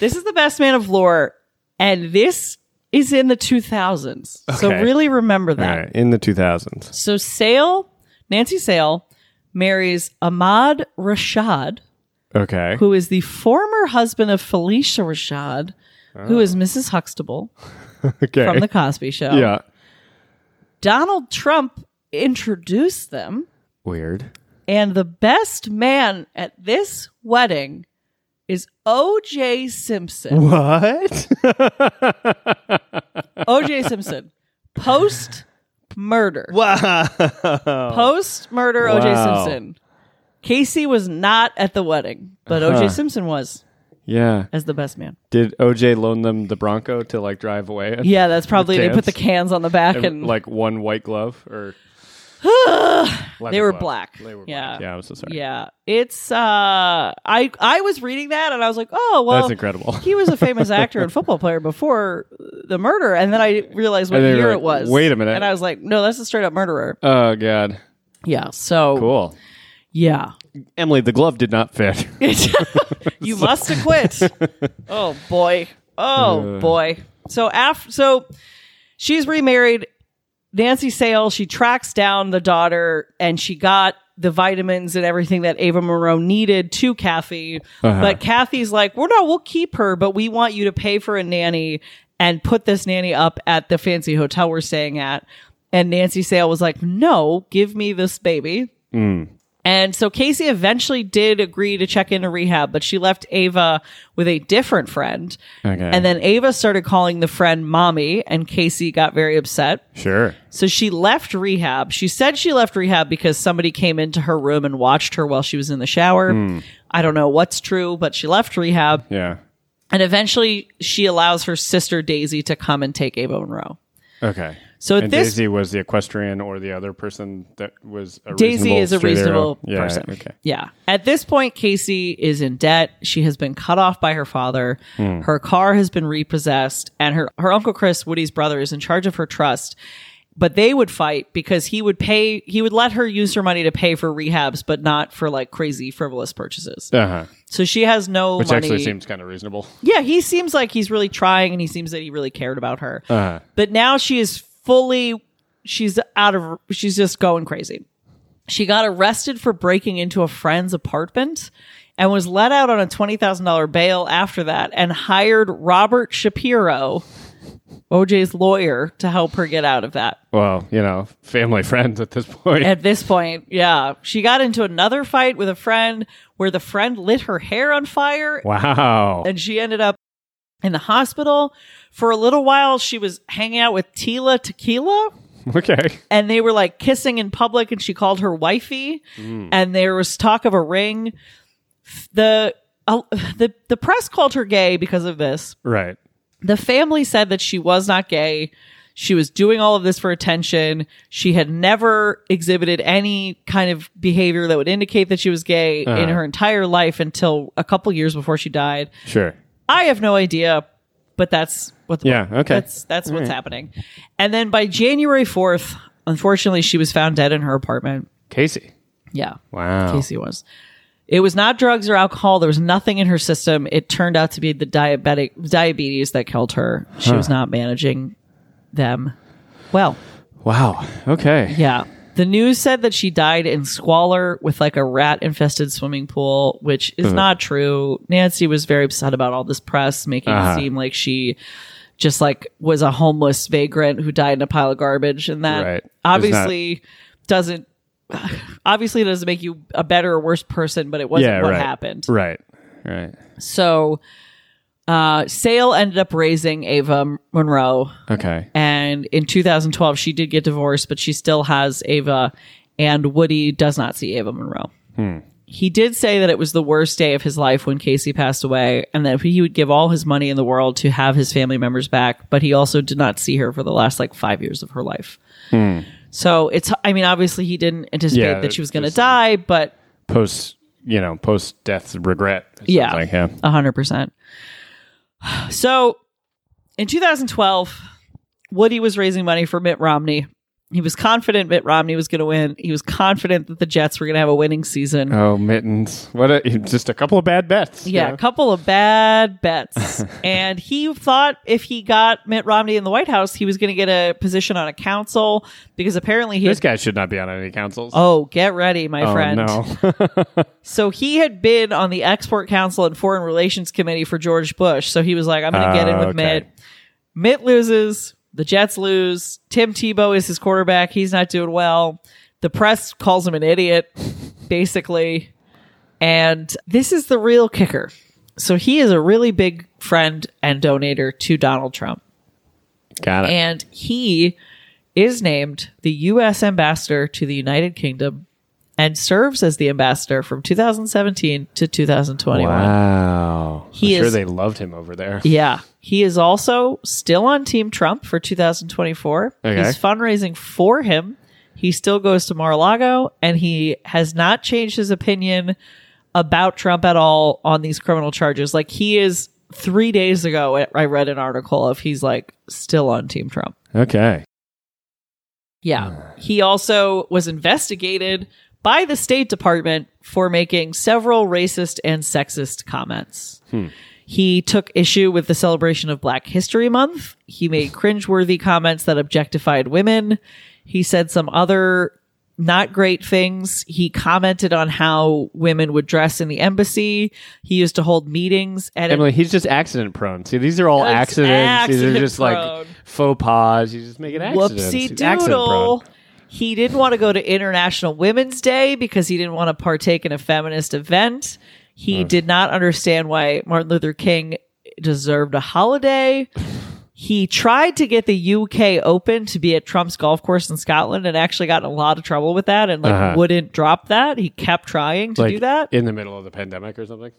B: This is the best man of lore, and this is in the 2000s. So
C: Okay.
B: really remember that.
C: in the 2000s.
B: So Sale, Nancy Sale, marries Ahmad Rashad,
C: Okay.
B: who is the former husband of Felicia Rashad, who is Mrs. Huxtable
C: Oh. okay.
B: from The Cosby Show.
C: yeah.
B: Donald Trump introduced them,
C: Weird.
B: and the best man at this wedding is O.J. Simpson.
C: What?
B: OJ Simpson, post murder.
C: wow.
B: Post murder
C: Oh. Wow.
B: OJ Simpson. Casey was not at the wedding, but OJ
C: Huh.
B: Simpson was
C: Yeah.
B: as the best man.
C: Did OJ loan them the Bronco to like drive away? in?
B: Yeah, that's probably they put
C: cans?
B: the cans on the back
C: And,
B: and,
C: like one white glove or
B: They were black.
C: They were
B: Yeah.
C: black. Yeah, I'm so sorry.
B: yeah, it's uh I I was reading that and I was like, "Oh, well
C: That's incredible.
B: He was a famous actor and football player before the murder, and then I realized what
C: And then
B: year
C: you're
B: it
C: like,
B: was.
C: "Wait a minute."
B: and I was like, "No, that's a straight up murderer."
C: Oh god.
B: Yeah, so
C: Cool.
B: yeah,
C: Emily, the glove did not fit.
B: you must have quit. oh boy. Oh boy. So after so she's remarried Nancy Sale, she tracks down the daughter and she got the vitamins and everything that Ava Monroe needed to Kathy. But Kathy's like, "Well, no, we'll keep her, but we want you to pay for a nanny and put this nanny up at the fancy hotel we're staying at." And Nancy Sale was like, "No, give me this baby." And so Casey eventually did agree to check into rehab, but she left Ava with a different friend.
C: Okay.
B: And then Ava started calling the friend mommy, and Casey got very upset.
C: sure.
B: So she left rehab. She said she left rehab because somebody came into her room and watched her while she was in the shower. I don't know what's true, but she left rehab.
C: Yeah.
B: And eventually she allows her sister Daisy to come and take Ava Monroe.
C: Okay.
B: So at
C: and
B: this
C: Daisy was the equestrian or the other person that was a
B: Daisy
C: reasonable
B: is a
C: straight
B: reasonable
C: arrow? Yeah,
B: person.
C: Okay.
B: Yeah. At this point, Casey is in debt. She has been cut off by her father.
C: Hmm.
B: Her car has been repossessed, and her, her uncle Chris, Woody's brother, is in charge of her trust. But they would fight because he would pay, he would let her use her money to pay for rehabs, but not for like crazy frivolous purchases.
C: Uh-huh.
B: So she has no
C: Which
B: money.
C: actually seems kind of reasonable.
B: yeah, he seems like he's really trying and he seems that he really cared about her.
C: Uh-huh.
B: But now she is fully, she's out of, she's just going crazy. She got arrested for breaking into a friend's apartment and was let out on a $20,000 bail after that and hired Robert Shapiro, OJ's lawyer, to help her get out of that.
C: Well, you know, family friends at this point.
B: At this point, yeah. She got into another fight with a friend where the friend lit her hair on fire
C: wow.
B: and she ended up in the hospital. For a little while, she was hanging out with Tila Tequila
C: Okay.
B: and they were like kissing in public and she called her wifey and there was talk of a ring the uh, the the press called her gay because of this
C: Right.
B: the family said that she was not gay she was doing all of this for attention she had never exhibited any kind of behavior that would indicate that she was gay in her entire life until a couple years before she died
C: Sure.
B: I have no idea, but that's what.
C: Yeah, okay.
B: That's that's what's happening. And then by January fourth, unfortunately, she was found dead in her apartment.
C: Casey.
B: Yeah,
C: Wow.
B: Casey was. It was not drugs or alcohol. There was nothing in her system. It turned out to be the diabetic diabetes that killed her. She was not managing them well.
C: Wow. Okay.
B: Yeah. The news said that she died in squalor with like a rat infested swimming pool, which is not true. Nancy was very upset about all this press, making
C: Uh-huh.
B: it seem like she just like was a homeless vagrant who died in a pile of garbage. And that
C: Right. It's
B: obviously doesn't obviously doesn't make you a better or worse person, but it wasn't
C: Yeah,
B: what
C: right.
B: happened.
C: Right. Right.
B: So uh Sale ended up raising Ava Monroe
C: Okay.
B: and in 2012 she did get divorced but she still has ava and woody does not see ava monroe
C: Hmm.
B: he did say that it was the worst day of his life when casey passed away and that he would give all his money in the world to have his family members back but he also did not see her for the last like five years of her life so it's i mean obviously he didn't anticipate
C: Hmm. Yeah,
B: that she was going to
C: just-
B: die but
C: Post, you know, post death regret. it sounds
B: Yeah.
C: Like, yeah.
B: A hundred percent. So in 2012, Woody was raising money for Mitt Romney. He was confident Mitt Romney was going to win. He was confident that the Jets were going to have a winning season.
C: Oh, mittens. What a, just a couple of bad bets.
B: yeah,
C: you
B: a couple of bad bets. and he thought if he got Mitt Romney in the White House, he was going to get a position on a council because apparently he.
C: This
B: Had,
C: guy should not be on any councils.
B: oh, get ready, my
C: Oh,
B: friend.
C: no.
B: So he had been on the Export Council and Foreign Relations Committee for George Bush. So he was like, I'm going to get in with
C: Ah, okay.
B: Mitt. Mitt loses. The Jets lose. Tim Tebow is his quarterback. He's not doing well. The press calls him an idiot, basically. And this is the real kicker. So he is a really big friend and donator to Donald Trump.
C: Got it.
B: And he is named the U.S. ambassador to the United Kingdom and serves as the ambassador from 2017 to 2021.
C: wow.
B: He
C: I'm sure
B: is-
C: they loved him over there.
B: Yeah. He is also still on Team Trump for 2024.
C: Okay.
B: He's fundraising for him. He still goes to Mar a Lago and he has not changed his opinion about Trump at all on these criminal charges. Like he is three days ago, I- I read an article of he's like still on Team Trump.
C: Okay.
B: Yeah. He also was investigated by the State Department for making several racist and sexist comments. He took issue with the celebration of Black History Month. He made cringeworthy comments that objectified women. He said some other not great things. He commented on how women would dress in the embassy. He used to hold meetings at
C: Emily, he's just accident prone. See, these are all
B: That's
C: accidents. These are just
B: accident-prone.
C: like faux pas. You just make an accident.
B: Whoopsie doodle. He didn't want to go to International Women's Day because he didn't want to partake in a feminist event. He did not understand why Martin Luther King deserved a holiday. He tried to get the UK Open to be at Trump's golf course in Scotland and actually got in a lot of trouble with that and like
C: Uh-huh.
B: wouldn't drop that. He kept trying to
C: Like
B: do that.
C: in the middle of the pandemic or something.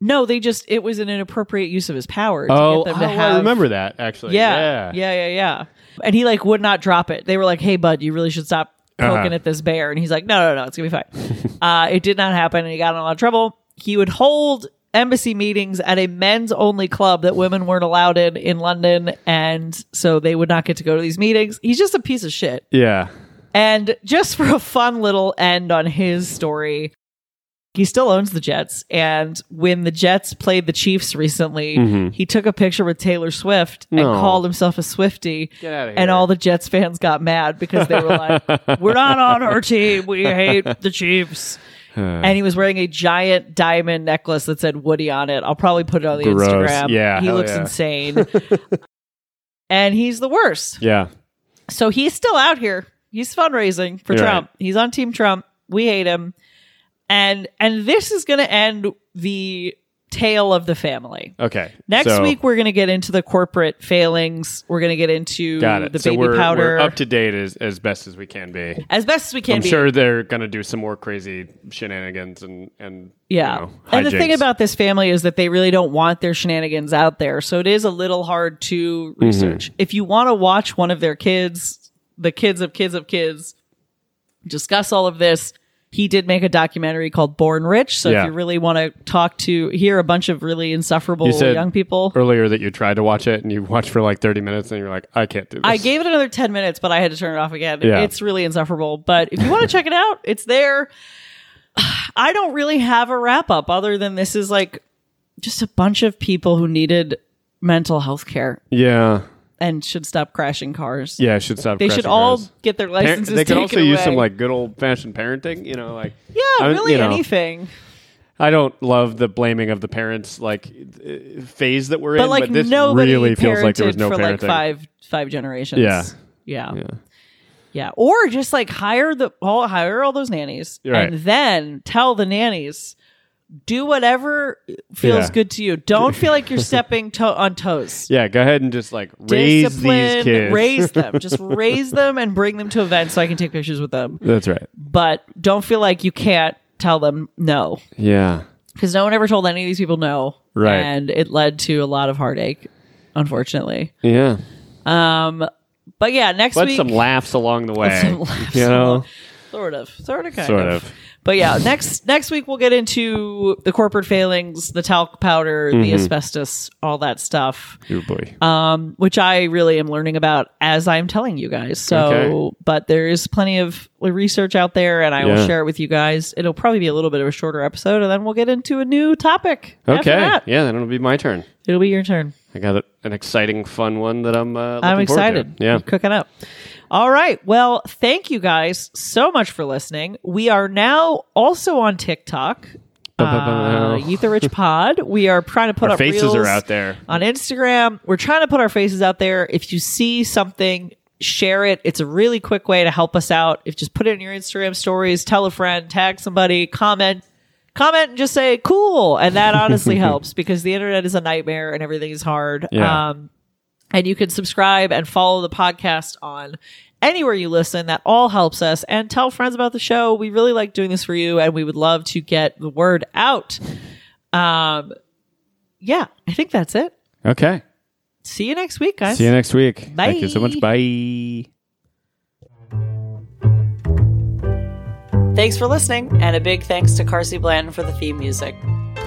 B: no, they just it was an inappropriate use of his power to
C: Oh,
B: get them to
C: oh,
B: have
C: I remember that actually.
B: yeah,
C: Yeah.
B: yeah, yeah, yeah. And he like would not drop it. They were like, "Hey, bud, you really should stop poking
C: Uh-huh.
B: at this bear." And he's like, "No, no, no, it's gonna be fine." uh, it did not happen, and he got in a lot of trouble. He would hold embassy meetings at a men's only club that women weren't allowed in in London, and so they would not get to go to these meetings. He's just a piece of shit.
C: Yeah.
B: And just for a fun little end on his story, he still owns the Jets. And when the Jets played the Chiefs recently, he took a picture with Taylor Swift and
C: Mm-hmm. No.
B: called himself a Swifty.
C: Get outta
B: And
C: here.
B: all the Jets fans got mad because they were like, we're not on our team. We hate the Chiefs. And he was wearing a giant diamond necklace that said Woody on it. I'll probably put it on the
C: Gross.
B: Instagram.
C: Yeah,
B: He
C: hell
B: looks
C: yeah.
B: insane. and he's the worst.
C: Yeah.
B: So he's still out here. He's fundraising for
C: You're
B: Trump. He's on Team Trump. We hate him. And and this is going to end the tale of the family.
C: Okay.
B: Next
C: So-
B: week we're going to get into the corporate failings. We're going to get into
C: Got it.
B: the
C: so
B: baby
C: we're,
B: powder
C: we're up to date as, as best as we can be.
B: as best as we can
C: I'm
B: be.
C: sure they're going to do some more crazy shenanigans and and
B: Yeah.
C: you know,
B: and the thing
C: hijinks.
B: about this family is that they really don't want their shenanigans out there. So it is a little hard to
C: Mm-hmm.
B: research. If you want to watch one of their kids, the kids of kids of kids, discuss all of this, he did make a documentary called Born Rich. So
C: Yeah.
B: if you really want to talk to, hear a bunch of really insufferable
C: You said
B: young people.
C: earlier that you tried to watch it and you watched for like 30 minutes and you're like, I can't do this.
B: I gave it another 10 minutes, but I had to turn it off again.
C: Yeah.
B: It's really insufferable. But if you want to check it out, it's there. I don't really have a wrap up other than this is like just a bunch of people who needed mental health care
C: yeah,
B: and should stop crashing cars.
C: yeah. I should stop.
B: They should all
C: Par-
B: get their licenses
C: they could
B: taken
C: also use some
B: away.
C: like good old fashioned parenting. You know, like
B: yeah,
C: I-
B: really
C: you know,
B: anything.
C: I don't love the blaming of the parents like uh, phase that we're
B: But
C: in,
B: like
C: but this
B: nobody
C: really feels like there was
B: parented
C: no
B: for
C: parenting.
B: like five five generations.
C: Yeah.
B: Yeah.
C: Yeah.
B: Yeah, or just like hire the all hire all those nannies,
C: You're right.
B: and then tell the nannies do whatever feels
C: Yeah.
B: good to you. Don't feel like you're stepping to- on toes.
C: Yeah, go ahead and just like raise
B: Discipline,
C: these kids.
B: raise them, just raise them, and bring them to events so I can take pictures with them.
C: That's right.
B: But don't feel like you can't tell them no,
C: Yeah.
B: because no one ever told any of these people no,
C: Right.
B: And it led to a lot of heartache, unfortunately.
C: Yeah.
B: Um, but yeah, next
C: But
B: week
C: some laughs along the way.
B: Some laughs
C: you know?
B: sort of, sort of, kind
C: Sort
B: of.
C: of.
B: But yeah, next next week we'll get into the corporate failings, the talc powder,
C: Mm-hmm.
B: the asbestos, all that stuff,
C: Oh boy.
B: um, which I really am learning about as I'm telling you guys. So,
C: Okay.
B: but there is plenty of research out there, and I will
C: Yeah.
B: share it with you guys. It'll probably be a little bit of a shorter episode, and then we'll get into a new topic. after
C: okay.
B: that.
C: Yeah, then it'll be my turn.
B: it'll be your turn.
C: I got a, an exciting, fun one that I'm.
B: I'm
C: Uh, looking forward to.
B: excited.
C: Yeah.
B: You're cooking up. All right. Well, thank you guys so much for listening. We are now also on TikTok. Uh,
C: Ba-ba-ba.
B: Youth the Rich Pod. We are trying to put
C: Oh. Our
B: up
C: faces
B: reels
C: are out there.
B: on Instagram. We're trying to put our faces out there. If you see something, share it. It's a really quick way to help us out. If just put it in your Instagram stories, tell a friend, tag somebody, comment, comment, and just say cool, and that honestly helps because the internet is a nightmare and everything is hard.
C: Yeah.
B: Um, and you can subscribe and follow the podcast on anywhere you listen. That all helps us. And tell friends about the show. We really like doing this for you, and we would love to get the word out. Um, yeah, I think that's it.
C: Okay.
B: See you next week, guys.
C: See you next week.
B: Bye.
C: Thank you so much. Bye.
B: Thanks for listening, and a big thanks to Carsey Bland for the theme music.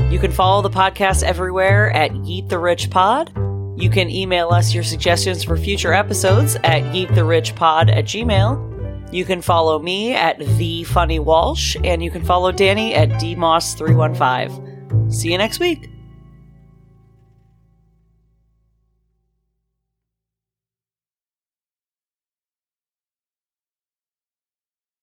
B: You can follow the podcast everywhere at Yeet the Rich Pod. You can email us your suggestions for future episodes at yeettherechpod at gmail. You can follow me at the Funny Walsh, and you can follow Danny at dmoss315. See you next week.